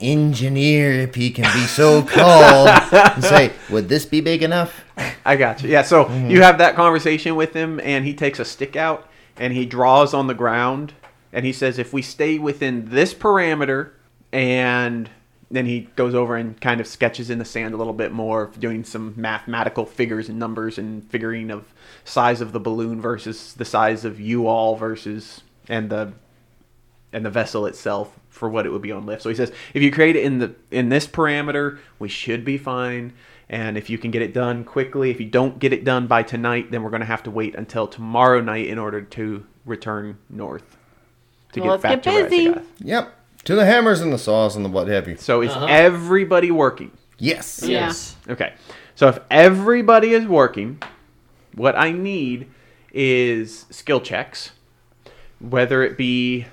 engineer if he can be so called and say, would this be big enough?
I got you. Yeah, so you have that conversation with him, and he takes a stick out and he draws on the ground, and he says, "If we stay within this parameter," and then he goes over and kind of sketches in the sand a little bit more, doing some mathematical figures and numbers and figuring of size of the balloon versus the size of you all versus and the and the vessel itself for what it would be on lift. So he says, if you create it in the in this parameter, we should be fine. And if you can get it done quickly, if you don't get it done by tonight, then we're going to have to wait until tomorrow night in order to return north to
Well, let's get
Rhydagath.
busy.
Yep. To the hammers and the saws and the what have you.
So is
Uh-huh.
everybody working?
Yes.
Yeah.
Okay. So if everybody is working, what I need is skill checks, whether it be.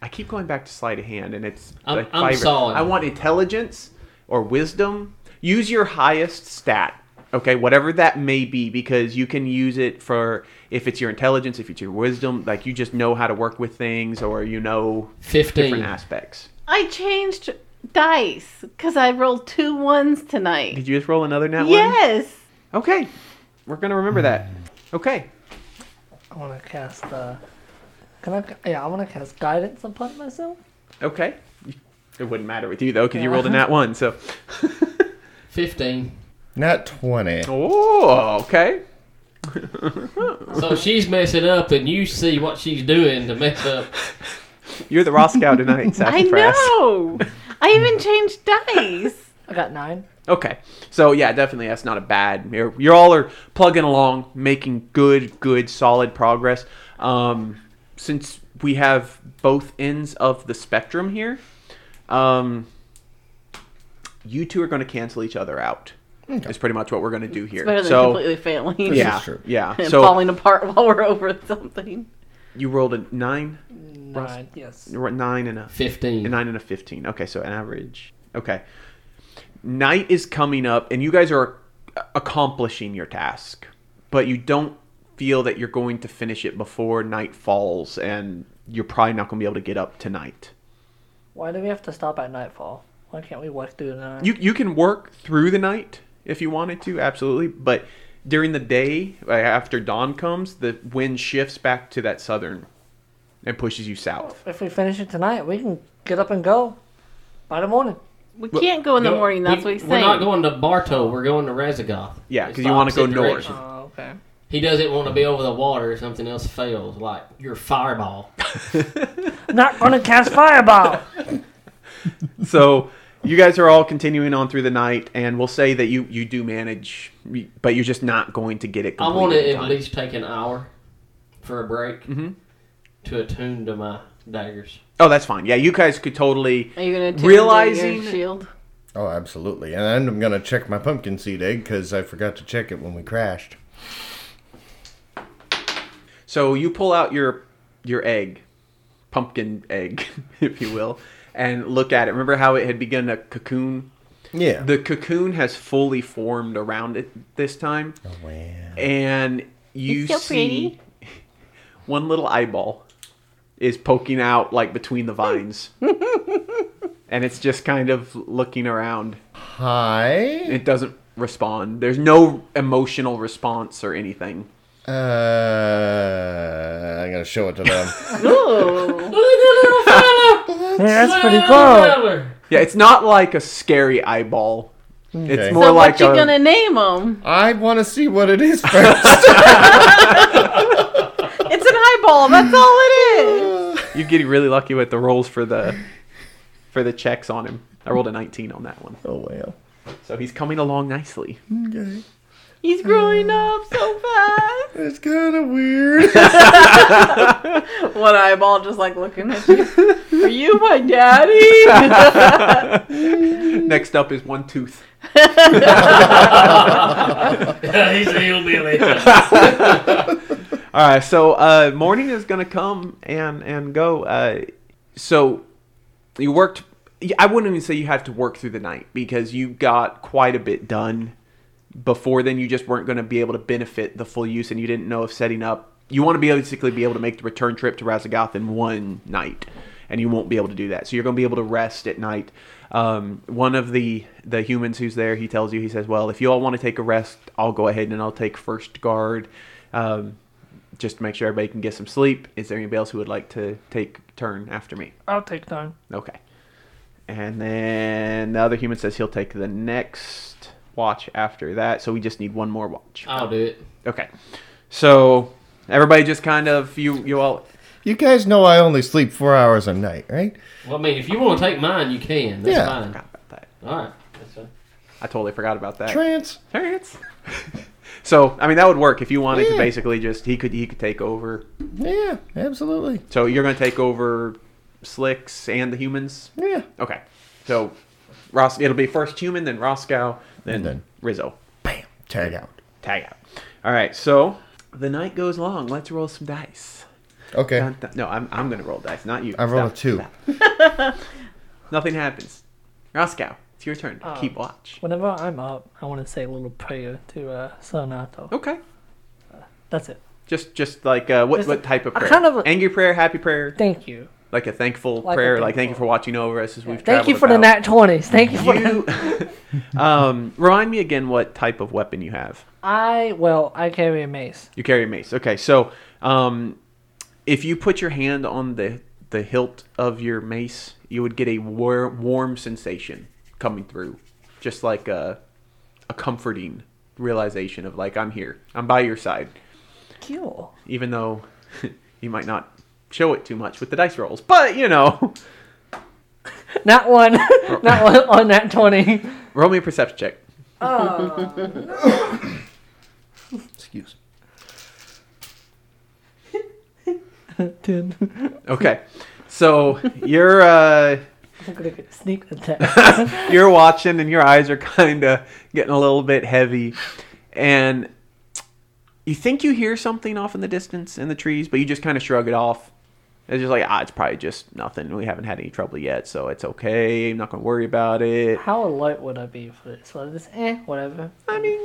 I keep going back to sleight of hand, and it's.
I'm-
like
I'm
fiber.
solid.
I want intelligence or wisdom. Use your highest stat. Okay, whatever that may be, because you can use it for if it's your intelligence, if it's your wisdom, like you just know how to work with things, or you know different
15.
aspects.
I changed dice because I rolled two ones tonight.
Did you just roll another net one?
Yes.
Okay, we're gonna remember that. Okay,
I want to cast. Uh, can I? Yeah, I want to cast guidance upon myself.
Okay. It wouldn't matter with you though, because you rolled a
[LAUGHS]
nat one. So.
15.
Not 20.
Oh, okay.
So she's messing up, and you see what she's doing to mess up.
You're the Roscoe
[LAUGHS]
tonight,
I
Sassafras.
know. I
[LAUGHS]
even changed dice.
I got nine.
Okay. So yeah, definitely that's not a bad. You're, you all are plugging along, making good, good, solid progress. Um, since we have both ends of the spectrum here, um, you two are going to cancel each other out. Is pretty much what we're going to do here.
Better than
so
completely failing.
yeah,
[LAUGHS]
is true.
yeah.
And
So
falling apart while we're over something.
you rolled a nine,
Nine. Yes.
You were at nine and a
15.
A nine and a fifteen. Okay, so an average. Okay. Night is coming up, and you guys are accomplishing your task, but you don't feel that you're going to finish it before night falls, and you're probably not going to be able to get up tonight.
Why do we have to stop at nightfall? Why can't we work through the night?
You you can work through the night if you wanted to, absolutely, but during the day, uh, after dawn comes, the wind shifts back to that southern and pushes you south.
if we finish it tonight, we can get up and go by the morning.
We can't go in the morning. That's what
we,
he's
We're
saying.
not going to Bartow. We're going to Rezagoth.
Yeah, 'cause
It's
you
the
wanna go
opposite
north.
direction.
Oh, okay.
He doesn't want to be over the water if something else fails, like your fireball.
Not gonna cast [LAUGHS] fireball.
so you guys are all continuing on through the night and we'll say that you you do manage but you're just not going to get it
I
completed
want
in
to at
time.
least take an hour for a break
Mm-hmm.
to attune to my
[LAUGHS]
daggers.
oh that's fine yeah you guys could totally
Are you going to
Realizing-
your shield?
Oh, absolutely. And then I'm going to check my pumpkin seed egg because I forgot to check it when we crashed.
so you pull out your your egg pumpkin egg [LAUGHS] if you will and look at it remember how it had begun to cocoon
Yeah.
the cocoon has fully formed around it this time
oh, man.
and you
It's so
see [LAUGHS] one little eyeball is poking out like between the
[LAUGHS]
vines and it's just kind of looking around
Hi.
it doesn't respond there's no emotional response or anything
Uh, I'm going to Uh, show it to them.
[LAUGHS]
Ooh.
Look at little fella!
Yeah, that's pretty
Little
cool.
fella!
yeah it's not like a scary eyeball it's
Okay.
more
so
like
what you
a, [LAUGHS]
going to name [LAUGHS] him?
[LAUGHS] I want to see what it is first.
It's an eyeball. That's all it is.
you're getting really lucky with the rolls for the for the checks on him I rolled a 19 on that one.
Oh wow.
So he's coming along
[LAUGHS]
nicely. [LAUGHS]
Okay.
He's growing up so fast.
It's kind of [LAUGHS] weird.
One eyeball just like looking at you. [LAUGHS] Are you my [LAUGHS] daddy?
Next up is One Tooth.
He's a hillbilly.
All right, so uh, morning is gonna come and and go. Uh, so you worked. I wouldn't even say you had to work through the night because you got quite a bit done before then. You just weren't gonna be able to benefit the full use, and you didn't know if setting up. You want to be able to basically be able to make the return trip to Razagoth in one night, and you won't be able to do that. So you're gonna be able to rest at night. Um, one of the the humans who's there, he tells you, he says, "Well, if you all want to take a rest, I'll go ahead and I'll take first guard." Um, just to make sure everybody can get some sleep. Is there anybody else who would like to take turn after me?
I'll take time.
Okay. And then the other human says he'll take the next watch after that. So we just need one more watch.
I'll do it.
Okay. So everybody just kind of you you all
you guys know I only sleep four hours a night, right?
Well, I mean, if you want to take mine, you can. That's
Yeah.
I
fine.
forgot about that.
All right. That's fine.
I totally forgot about that.
Trance.
Terrence. [LAUGHS] so I mean that would work if you wanted to
Yeah.
basically just he could he could take over.
Yeah, absolutely.
So you're gonna take over Slicks and the humans.
Yeah.
Okay. So Ros- it'll be first human, then Roscoe, then,
And then-
Rizzo.
Bam. Tag out.
Tag out. All right. So the night goes long. Let's roll some dice.
Okay.
Dun, dun- No, I'm, I'm going to roll dice, not you.
I rolled a
Stop,
two.
stop. [LAUGHS] Nothing happens. Roscoe, it's your turn.
Oh.
Keep watch.
Whenever I'm up, I want to say a little prayer to uh, Sonato.
Okay.
That's it.
Just, just like uh, what,
Just
what type of
a
prayer?
kind of a-
Angry prayer, happy prayer,
Thank you.
like a thankful
Like a
prayer, like
thankful-
thank you for watching over us as we've
Thank you
traveled
for the
about.
nat twenties. Thank you for. the
You, [LAUGHS] um, remind me again what type of weapon you have.
I well, I carry a mace.
You carry a mace. Okay, so um, if you put your hand on the the hilt of your mace, you would get a war- warm sensation coming through, just like a a comforting realization of like I'm here, I'm by your side,
Cool.
even though [LAUGHS] you might not show it too much with the dice rolls, but you know. [LAUGHS]
Not one. [LAUGHS] not one on
[LAUGHS]
that twenty.
Roll me a perception check.
Excuse.
Ten.
Okay, so [LAUGHS] you're. Uh,
I'm gonna get sneak attack.
[LAUGHS] you're watching and your eyes are kind of getting a little bit heavy and you think you hear something off in the distance in the trees but you just kind of shrug it off it's just like ah it's probably just nothing we haven't had any trouble yet so it's okay i'm not gonna worry about it
How alert would I be for this? Well, this eh, whatever.
i mean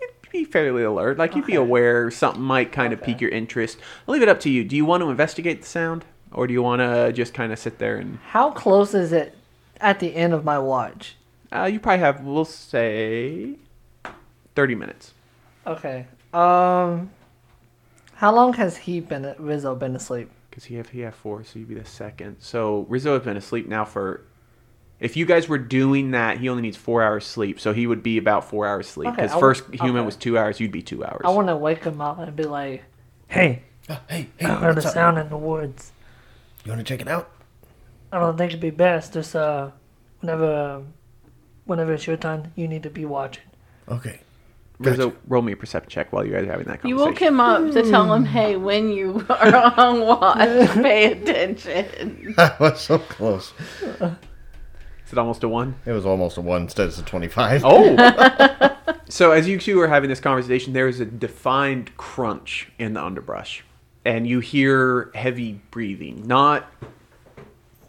you'd be fairly alert like you'd be aware something might kind of pique your interest i'll leave it up to you do you want to investigate the sound or do you want to just kind of sit there and
How close is it at the end of my watch?
uh, you probably have we'll say 30 minutes
Okay. Um. How long has he been Rizzo been asleep?
Because he have he have four, so you'd be the second. So Rizzo has been asleep now for. If you guys were doing that, he only needs four hours sleep, so he would be about four hours sleep.
Okay,
Because
I w-
first human
okay.
was two hours, you'd be two hours.
I want to wake him up and be like, "Hey,
Uh, hey, hey,
I heard a
what's up?
sound in the woods."
You want to check it out?
I don't think it'd be best. Just uh, whenever, um, whenever it's your turn, you need to be watching.
Okay.
Rizzo, roll me a perception check while you guys are having that
you
conversation.
woke him up to tell him, hey, when you are on watch, [LAUGHS] pay attention.
[LAUGHS] That was so close.
Is it almost a
[LAUGHS]
one?
It was almost a one instead of a twenty-five.
Oh. so as you two are having this conversation, there is a defined crunch in the underbrush, and you hear heavy breathing, not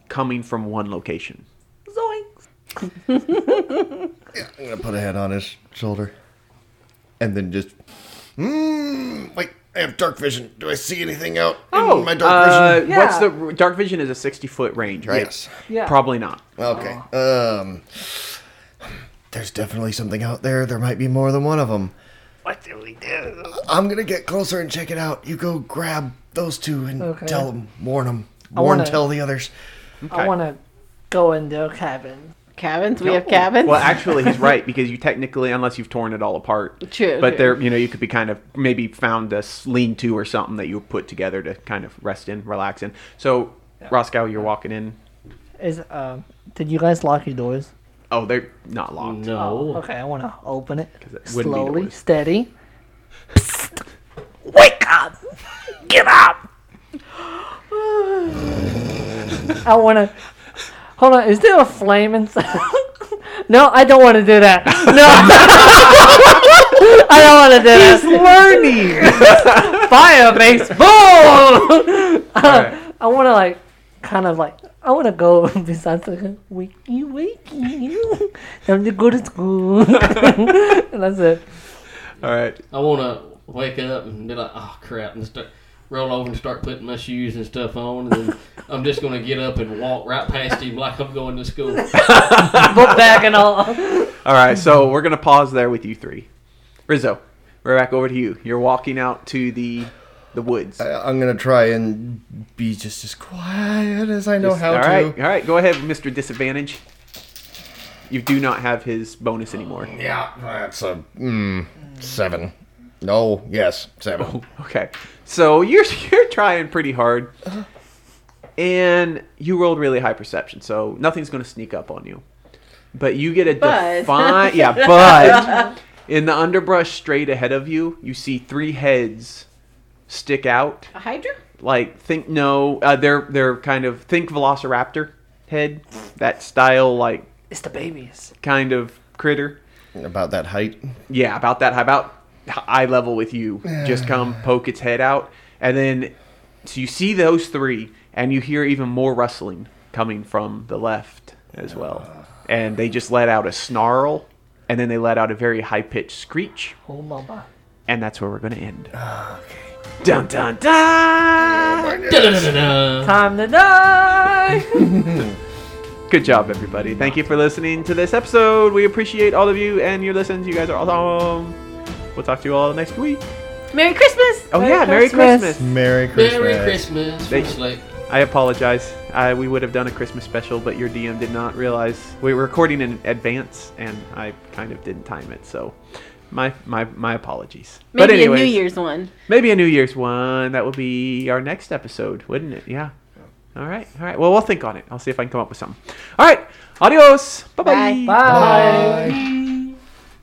coming from one location.
Zoinks!
[LAUGHS] I'm gonna put a hand on his shoulder, and then just. Mm, wait, I have dark vision. Do I see anything out in my dark
uh,
vision?
What's
Yeah.
the dark vision is a sixty foot range, right?
Yes.
Yeah.
Probably not.
Okay. Um. There's definitely something out there. There might be more than one of them.
What do we do?
I'm gonna get closer and check it out. You go grab those two and
Okay.
tell them, warn them,
I
warn,
wanna-
tell the others.
Okay.
I want to go in their cabin.
Cabins? We have cabins?
Well, actually, he's right because you technically, unless you've torn it all apart,
True,
But
true.
there, you know, you could be kind of maybe found a lean to or something that you put together to kind of rest in, relax in. So, Roscoe, you're walking in.
Is um, did you guys lock your doors?
Oh, they're not locked.
Oh,
No.
okay, I want to open it
'Cause it wouldn't be
slowly,
noise.
steady. Psst. Wake up! Get up! [GASPS] I want to. Hold on. Is there a flame inside? [LAUGHS] no, I don't want to do that. No, [LAUGHS] I don't want to do that. He's learning. [LAUGHS] Fire baseball.
Alright.
[LAUGHS] I want to like, kind of like. I want to go [LAUGHS] besides like wakey wakey. Time to go to school. [LAUGHS] and that's it.
All right.
I want to wake up and be like, oh crap, and start roll over and start putting my shoes and stuff on, and then I'm just gonna get up and walk right past him like I'm going to school.
Book bag and all.
All right. So we're gonna pause there with you three. Rizzo, we're back over to you. You're walking out to the the woods.
I- I'm gonna try and be just as quiet as I know
Just-
how
all
to.
right, all right. Go ahead, Mr. Disadvantage. You do not have his bonus anymore.
Yeah, that's a mm, seven. No, yes, seven.
Okay, so you're [LAUGHS] you're trying pretty hard, and you rolled really high perception, so nothing's going to sneak up on you. But you get a
But.
defi- yeah, but in the underbrush straight ahead of you, you see three heads stick out.
A Hydra?
Like think no, uh, they're they're kind of think Velociraptor head, that style like
It's the babies.
kind of critter.
About that height.
Yeah, about that. About eye level with you. Just come poke its head out, and then so you see those three, and you hear even more rustling coming from the left as well. And they just let out a snarl, and then they let out a very high pitched screech,
Oh mama.
and that's where we're gonna end. Okay. Dun dun dun!
Da-da-da-da-da.
Time to die.
Good job, everybody. Thank you for listening to this episode. We appreciate all of you and your listens. You guys are awesome. We'll talk to you all next week.
Merry Christmas!
Oh
Merry
yeah, Merry
Christmas.
Christmas.
Merry Christmas.
Merry Christmas.
They-
From Slick.
I apologize. I, we would have done a Christmas special, but your DM did not realize we were recording in advance, and I kind of didn't time it. So, my my my apologies. but
Maybe
anyways,
a New Year's one.
maybe a New Year's one. That would be our next episode, wouldn't it? Yeah. All right. All right. Well, we'll think on it. I'll see if I can come up with something. All right. Adios. Bye-bye.
Bye.
Bye.
Bye.